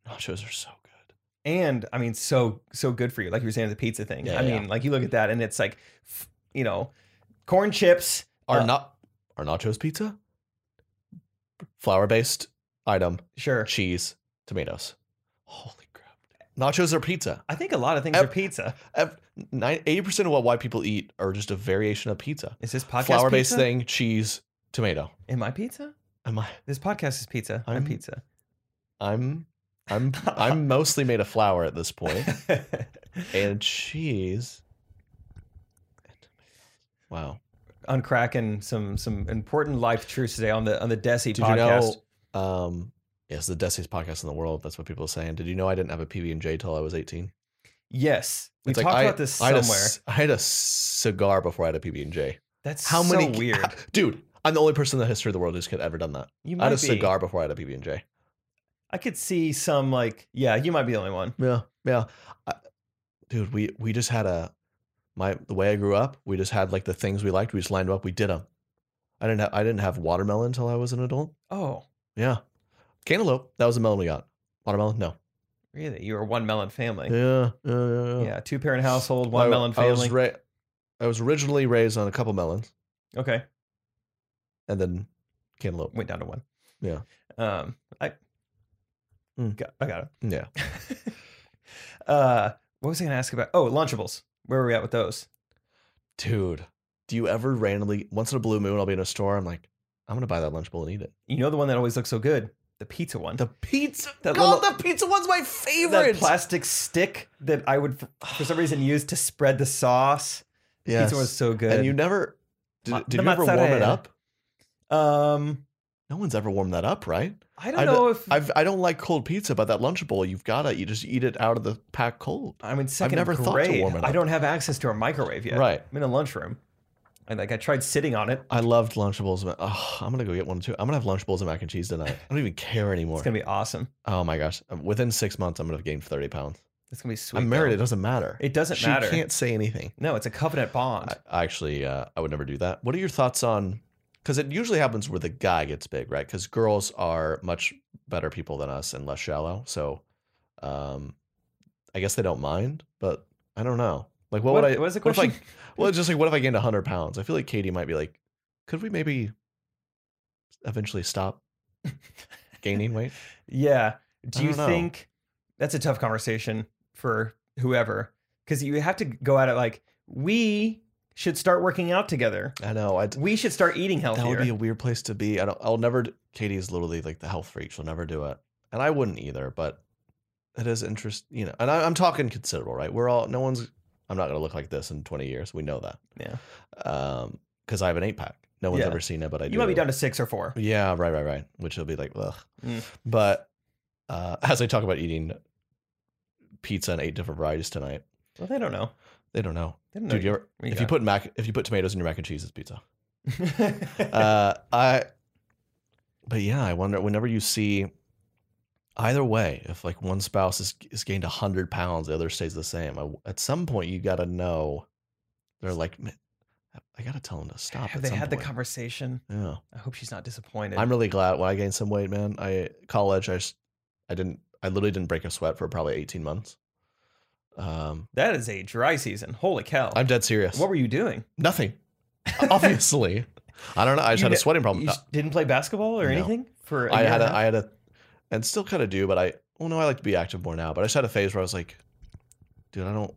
Speaker 1: Nachos are so good.
Speaker 2: and I mean, so so good for you. Like you were saying, the pizza thing.
Speaker 1: Yeah,
Speaker 2: I mean, like you look at that, and it's like, f- you know, corn chips.
Speaker 1: Are
Speaker 2: Uh,
Speaker 1: not are nachos pizza? flour based item,
Speaker 2: Sure.
Speaker 1: cheese, tomatoes. Holy crap. Nachos are pizza.
Speaker 2: I think a lot of things
Speaker 1: Ev-
Speaker 2: are pizza.
Speaker 1: Ev- nine- 80% of what white people eat are just a variation of pizza.
Speaker 2: Is this podcast
Speaker 1: flour based
Speaker 2: pizza?
Speaker 1: thing, cheese, tomato.
Speaker 2: Am I pizza?
Speaker 1: Am I?
Speaker 2: This podcast is pizza. I'm,
Speaker 1: I'm-
Speaker 2: pizza.
Speaker 1: I'm I'm I'm mostly made of flour at this point and cheese. Wow.
Speaker 2: Uncracking some some important life truths today on the on the Desi
Speaker 1: Did
Speaker 2: podcast.
Speaker 1: you know? Um, it's the Desi's podcast in the world. That's what people are saying. Did you know I didn't have a PB and J till I was eighteen?
Speaker 2: Yes, we
Speaker 1: It's like,
Speaker 2: talked
Speaker 1: I-
Speaker 2: about this
Speaker 1: I had, a,
Speaker 2: somewhere.
Speaker 1: c- I had a cigar before I had a PB and J.
Speaker 2: That's
Speaker 1: How
Speaker 2: so
Speaker 1: many
Speaker 2: weird.
Speaker 1: dude? I'm the only person in the history of the world who's ever done that.
Speaker 2: You
Speaker 1: I
Speaker 2: might
Speaker 1: had a
Speaker 2: be.
Speaker 1: cigar before I had a PB and J.
Speaker 2: I could see some like yeah, you might be the only one.
Speaker 1: Yeah, yeah. I, dude, we we just had a my the way I grew up. We just had like the things we liked. We just lined them up. We did them. I didn't have I didn't have watermelon until I was an adult.
Speaker 2: Oh,
Speaker 1: Yeah, cantaloupe. That was the melon we got. Watermelon, no.
Speaker 2: really? You were a one melon family.
Speaker 1: Yeah, yeah, yeah. yeah.
Speaker 2: Yeah, two parent household, one
Speaker 1: I-
Speaker 2: melon
Speaker 1: I was,
Speaker 2: family.
Speaker 1: ra- I was originally raised on a couple melons
Speaker 2: okay,
Speaker 1: and then cantaloupe.
Speaker 2: went down to one.
Speaker 1: Yeah.
Speaker 2: Um, I
Speaker 1: Mm.
Speaker 2: got, I got
Speaker 1: Yeah.
Speaker 2: it. uh, what was I going to ask about? Oh, Lunchables. Where were we at with those?
Speaker 1: Dude, do you ever randomly, once in a blue moon, I'll be in a store. I'm like, I'm going to buy that Lunchable and eat it.
Speaker 2: You know the one that always looks so good, the pizza one.
Speaker 1: The pizza.
Speaker 2: That
Speaker 1: God,
Speaker 2: little-
Speaker 1: the pizza one's my
Speaker 2: that
Speaker 1: favorite.
Speaker 2: plastic stick that I would, f- for some reason, use to spread the sauce.
Speaker 1: Yes.
Speaker 2: Pizza was so good.
Speaker 1: And you never,
Speaker 2: Ma-
Speaker 1: did, did
Speaker 2: the
Speaker 1: you ever warm it
Speaker 2: mozzarella.
Speaker 1: up?
Speaker 2: um,
Speaker 1: No one's ever warmed that up, right?
Speaker 2: I don't
Speaker 1: I
Speaker 2: know if
Speaker 1: I've, I don't like cold pizza, but that Lunchable, you've got to you just eat it out of the pack cold.
Speaker 2: I'm in second
Speaker 1: never
Speaker 2: grade.
Speaker 1: thought to warm it
Speaker 2: I
Speaker 1: up.
Speaker 2: don't have access to a microwave yet.
Speaker 1: Right.
Speaker 2: I'm in a lunchroom. And like I tried sitting on it.
Speaker 1: I loved Lunchables. but, Oh, I'm gonna go get one too. I'm gonna have Lunchables and mac and cheese tonight. I don't even care anymore.
Speaker 2: It's gonna be awesome.
Speaker 1: oh my gosh! Within six months, I'm gonna have gained 30 pounds.
Speaker 2: It's gonna be sweet.
Speaker 1: I'm married. It
Speaker 2: though.
Speaker 1: doesn't matter.
Speaker 2: It doesn't
Speaker 1: she
Speaker 2: matter.
Speaker 1: can't say anything.
Speaker 2: No, it's a covenant bond.
Speaker 1: I, I actually, uh, I would never do that. What are your thoughts on? Because it usually happens where the guy gets big, right? Because girls are much better people than us and less shallow. So, um, I guess they don't mind. But I don't know. Like, what,
Speaker 2: what,
Speaker 1: would I?
Speaker 2: what is the
Speaker 1: what if
Speaker 2: question?
Speaker 1: I- Well, it's just like, what if I gained 100 pounds? I feel like Katie might be like, could we maybe eventually stop gaining weight?
Speaker 2: yeah.
Speaker 1: I
Speaker 2: Do you
Speaker 1: don't know.
Speaker 2: think that's a tough conversation for whoever? Because you have to go at it like we should start working out together.
Speaker 1: I know. I
Speaker 2: We should start eating healthier.
Speaker 1: that would be a weird place to be. I don't. I'll never. d- Katie is literally like the health freak. She'll never do it, and I wouldn't either. But it is interest. You know, and I, I'm talking considerable, right? We're all. No one's. I'm not going to look like this in 20 years. We know that.
Speaker 2: yeah.
Speaker 1: Um, because I have an eight pack. No one's
Speaker 2: Yeah.
Speaker 1: ever seen it, but I do.
Speaker 2: You might be down to six or four.
Speaker 1: Yeah, right, right, right. Which will be like, ugh.
Speaker 2: Mm.
Speaker 1: But uh, as I talk about eating pizza and eight different varieties tonight,
Speaker 2: Well, they don't know.
Speaker 1: they don't know.
Speaker 2: They don't know.
Speaker 1: Dude, you ever,
Speaker 2: you
Speaker 1: if
Speaker 2: got
Speaker 1: you
Speaker 2: it.
Speaker 1: put mac, if you put tomatoes in your mac and cheese, it's pizza. Uh, I. But yeah, I wonder. Whenever you see, either way, if like one spouse is is gained hundred pounds, the other stays the same. I, at some point, you got to know. They're like, "Man, I got to tell them to stop.
Speaker 2: have
Speaker 1: at
Speaker 2: they
Speaker 1: some
Speaker 2: had the
Speaker 1: point."
Speaker 2: conversation?
Speaker 1: Yeah.
Speaker 2: I hope she's not disappointed.
Speaker 1: I'm really glad when I gained some weight, man. I college, I, s- I didn't, I literally didn't break a sweat for probably 18 months. Um,
Speaker 2: that is a dry season. Holy cow.
Speaker 1: I'm dead serious.
Speaker 2: what were you doing?
Speaker 1: Nothing, obviously. I don't know. I just
Speaker 2: You
Speaker 1: had a
Speaker 2: ne-
Speaker 1: sweating problem.
Speaker 2: You s- didn't play basketball or
Speaker 1: No.
Speaker 2: anything for a
Speaker 1: I
Speaker 2: year
Speaker 1: had
Speaker 2: and
Speaker 1: a,
Speaker 2: half?
Speaker 1: I had a, and still kind of do, but I, well, no, I like to be active more now. But I just had a phase where I was like, dude, I don't.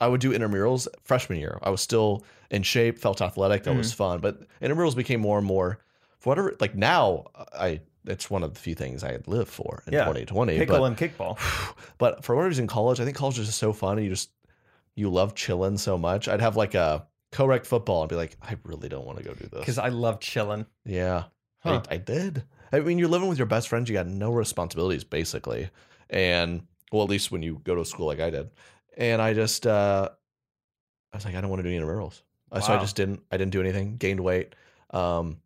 Speaker 1: I would do intramurals freshman year. I was still in shape, felt athletic. That was fun. But intramurals became more and more, for whatever. Like now, I it's one of the few things I live for in
Speaker 2: Yeah.
Speaker 1: 2020.
Speaker 2: pickle
Speaker 1: but,
Speaker 2: and kickball.
Speaker 1: but for whatever reason, college, I think college is just so fun. And you just, you love chilling so much. I'd have like a correct football and be like, I really don't want to go do this.
Speaker 2: Because I love chilling.
Speaker 1: Yeah,
Speaker 2: Huh.
Speaker 1: I, I did. I mean, you're living with your best friends. You got no responsibilities, basically. And, well, at least when you go to school like I did. And I just, uh, I was like, I don't want to do any intramurals. Uh, So I
Speaker 2: Wow.
Speaker 1: just didn't, I didn't do anything, gained weight, um,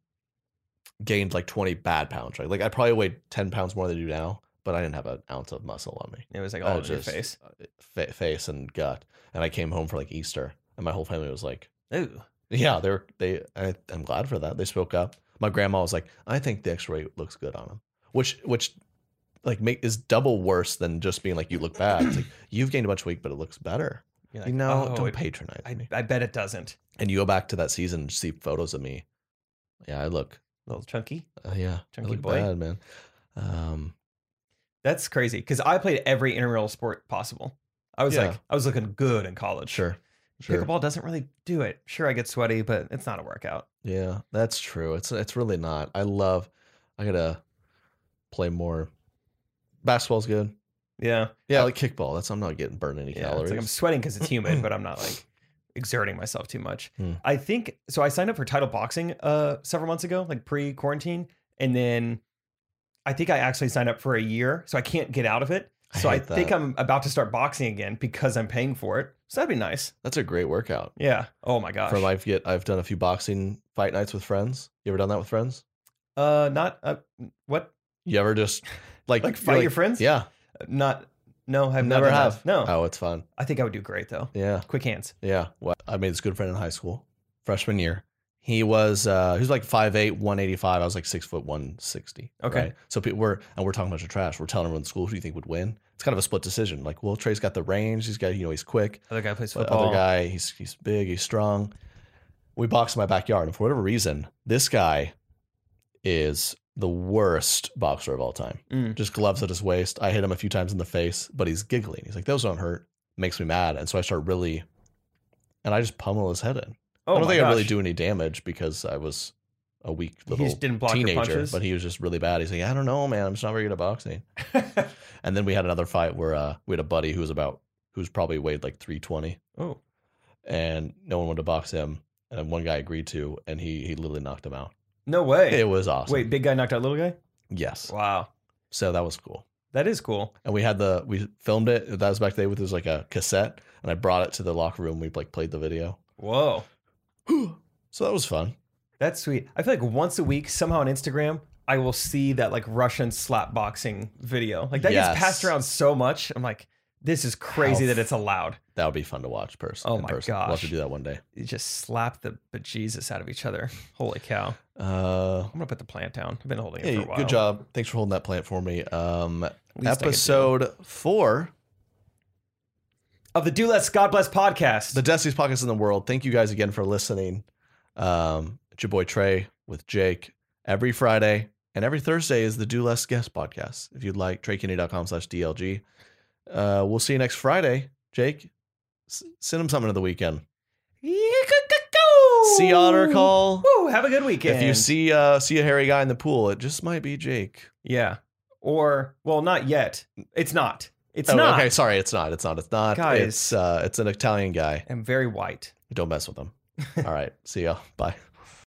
Speaker 1: gained like 20 bad pounds, right? Like I probably weighed 10 pounds more than I do now, but I didn't have an ounce of muscle on me
Speaker 2: It was like
Speaker 1: I
Speaker 2: all in
Speaker 1: was
Speaker 2: your
Speaker 1: just-
Speaker 2: face.
Speaker 1: fa- face and gut. And I came home for like Easter, and my whole family was like,
Speaker 2: Ooh.
Speaker 1: "Yeah, they were they." I, I'm glad for that. They spoke up. My grandma was like, "I think the X-ray looks good on him," which which like make is double worse than just being like you look bad. It's like you've gained a bunch of weight, but it looks better.
Speaker 2: You're
Speaker 1: you know,
Speaker 2: oh,
Speaker 1: don't
Speaker 2: it-
Speaker 1: patronize
Speaker 2: I,
Speaker 1: me.
Speaker 2: I bet it doesn't.
Speaker 1: And you go back to that season and see photos of me. Yeah, I look
Speaker 2: little chunky.
Speaker 1: Uh, yeah,
Speaker 2: Chunky
Speaker 1: look
Speaker 2: boy.
Speaker 1: bad, man. Um,
Speaker 2: That's crazy because I played every intramural sport possible. I was
Speaker 1: Yeah.
Speaker 2: like, I was looking good in college.
Speaker 1: sure, sure.
Speaker 2: Pickleball doesn't really do it. Sure, I get sweaty, but it's not a workout.
Speaker 1: Yeah, that's true. It's it's really not. I love. I gotta play more. Basketball's good.
Speaker 2: Yeah.
Speaker 1: Yeah, I like kickball. That's I'm not getting burned any
Speaker 2: Yeah,
Speaker 1: calories.
Speaker 2: It's like I'm sweating because it's humid, but I'm not like exerting myself too much.
Speaker 1: Hmm.
Speaker 2: I think so. I signed up for title boxing uh several months ago, like pre quarantine, and then I think I actually signed up for a year, so I can't get out of it.
Speaker 1: I
Speaker 2: So I,
Speaker 1: hate
Speaker 2: think
Speaker 1: that.
Speaker 2: I'm about to start boxing again because I'm paying for it. So that'd be nice.
Speaker 1: that's a great workout.
Speaker 2: Yeah. Oh my gosh.
Speaker 1: From I've get I've done a few boxing fight nights with friends. You ever done that with friends?
Speaker 2: uh, not uh, what?
Speaker 1: You ever just like
Speaker 2: Like
Speaker 1: you're
Speaker 2: fight your friends?
Speaker 1: Yeah,
Speaker 2: Not. No, I've not
Speaker 1: never
Speaker 2: done that.
Speaker 1: have.
Speaker 2: No,
Speaker 1: Oh, it's fun.
Speaker 2: I think I would do great though.
Speaker 1: Yeah,
Speaker 2: Quick hands.
Speaker 1: yeah. Well, I made this good friend in high school, freshman year. He was uh he was like 5'8", 185. I was like six foot one sixty.
Speaker 2: Okay.
Speaker 1: So people we're and we're talking a bunch of trash. We're telling everyone in school who do you think would win. It's kind of a split decision. Like, well, Trey's got the range. He's got you know he's quick.
Speaker 2: Other guy plays
Speaker 1: But
Speaker 2: football.
Speaker 1: other guy, he's he's big, he's strong. We boxed in my backyard, and for whatever reason, this guy is the worst boxer of all time.
Speaker 2: Mm.
Speaker 1: Just gloves at his waist. I hit him a few times in the face, but he's giggling. He's like, "Those don't hurt." Makes me mad, and so I start really, and I just pummel his head in.
Speaker 2: Oh
Speaker 1: I don't
Speaker 2: my
Speaker 1: think I really
Speaker 2: gosh.
Speaker 1: do any damage because I was a weak
Speaker 2: He
Speaker 1: little
Speaker 2: just didn't block your
Speaker 1: teenager,
Speaker 2: punches.
Speaker 1: but he was just really bad. He's like, "I don't know, man. I'm just not very good at boxing." And then we had another fight where uh, we had a buddy who was about who's probably weighed like 320
Speaker 2: oh.
Speaker 1: and no one wanted to box him. And then one guy agreed to, and he he literally knocked him out.
Speaker 2: No way.
Speaker 1: It was awesome.
Speaker 2: Wait, big guy knocked out little guy?
Speaker 1: yes.
Speaker 2: Wow.
Speaker 1: So that was cool.
Speaker 2: That is cool.
Speaker 1: And we had the we filmed it. That was back then with it was like a cassette, and I brought it to the locker room. We like played the video.
Speaker 2: Whoa.
Speaker 1: So that was fun.
Speaker 2: That's sweet. I feel like once a week, somehow on Instagram, I will see that like Russian slap boxing video. Like that
Speaker 1: Yes.
Speaker 2: gets passed around so much. I'm like, this is crazy
Speaker 1: How
Speaker 2: that it's allowed.
Speaker 1: That would be fun to watch person.
Speaker 2: Oh
Speaker 1: in
Speaker 2: my
Speaker 1: person. We'll have to
Speaker 2: gosh.
Speaker 1: do that one day.
Speaker 2: You just slap the bejesus out of each other. Holy cow. I'm
Speaker 1: Uh,
Speaker 2: gonna put the plant down. I've been holding it
Speaker 1: hey,
Speaker 2: for a while.
Speaker 1: good job. Thanks for holding that plant for me. Um,
Speaker 2: Least I could do.
Speaker 1: episode four.
Speaker 2: of the Do Less God Bless podcast.
Speaker 1: the Destiny's Pockets in the World. Thank you guys again for listening. Um, it's your boy Trey with Jake every Friday and every Thursday is the Do Less Guest podcast. If you'd like, treykennedy.com slash DLG. Uh, we'll see you next Friday. Jake, s- send him something of the weekend. Sea otter call.
Speaker 2: Woo, have a good weekend.
Speaker 1: If you see uh, see a hairy guy in the pool, it just might be Jake.
Speaker 2: Yeah. Or well, not yet. It's not. It's
Speaker 1: Oh,
Speaker 2: not.
Speaker 1: Okay, sorry, it's not. It's not. It's not.
Speaker 2: Guys.
Speaker 1: It's uh, it's an Italian guy.
Speaker 2: I'm very white.
Speaker 1: Don't mess with him. All right, see ya. Bye.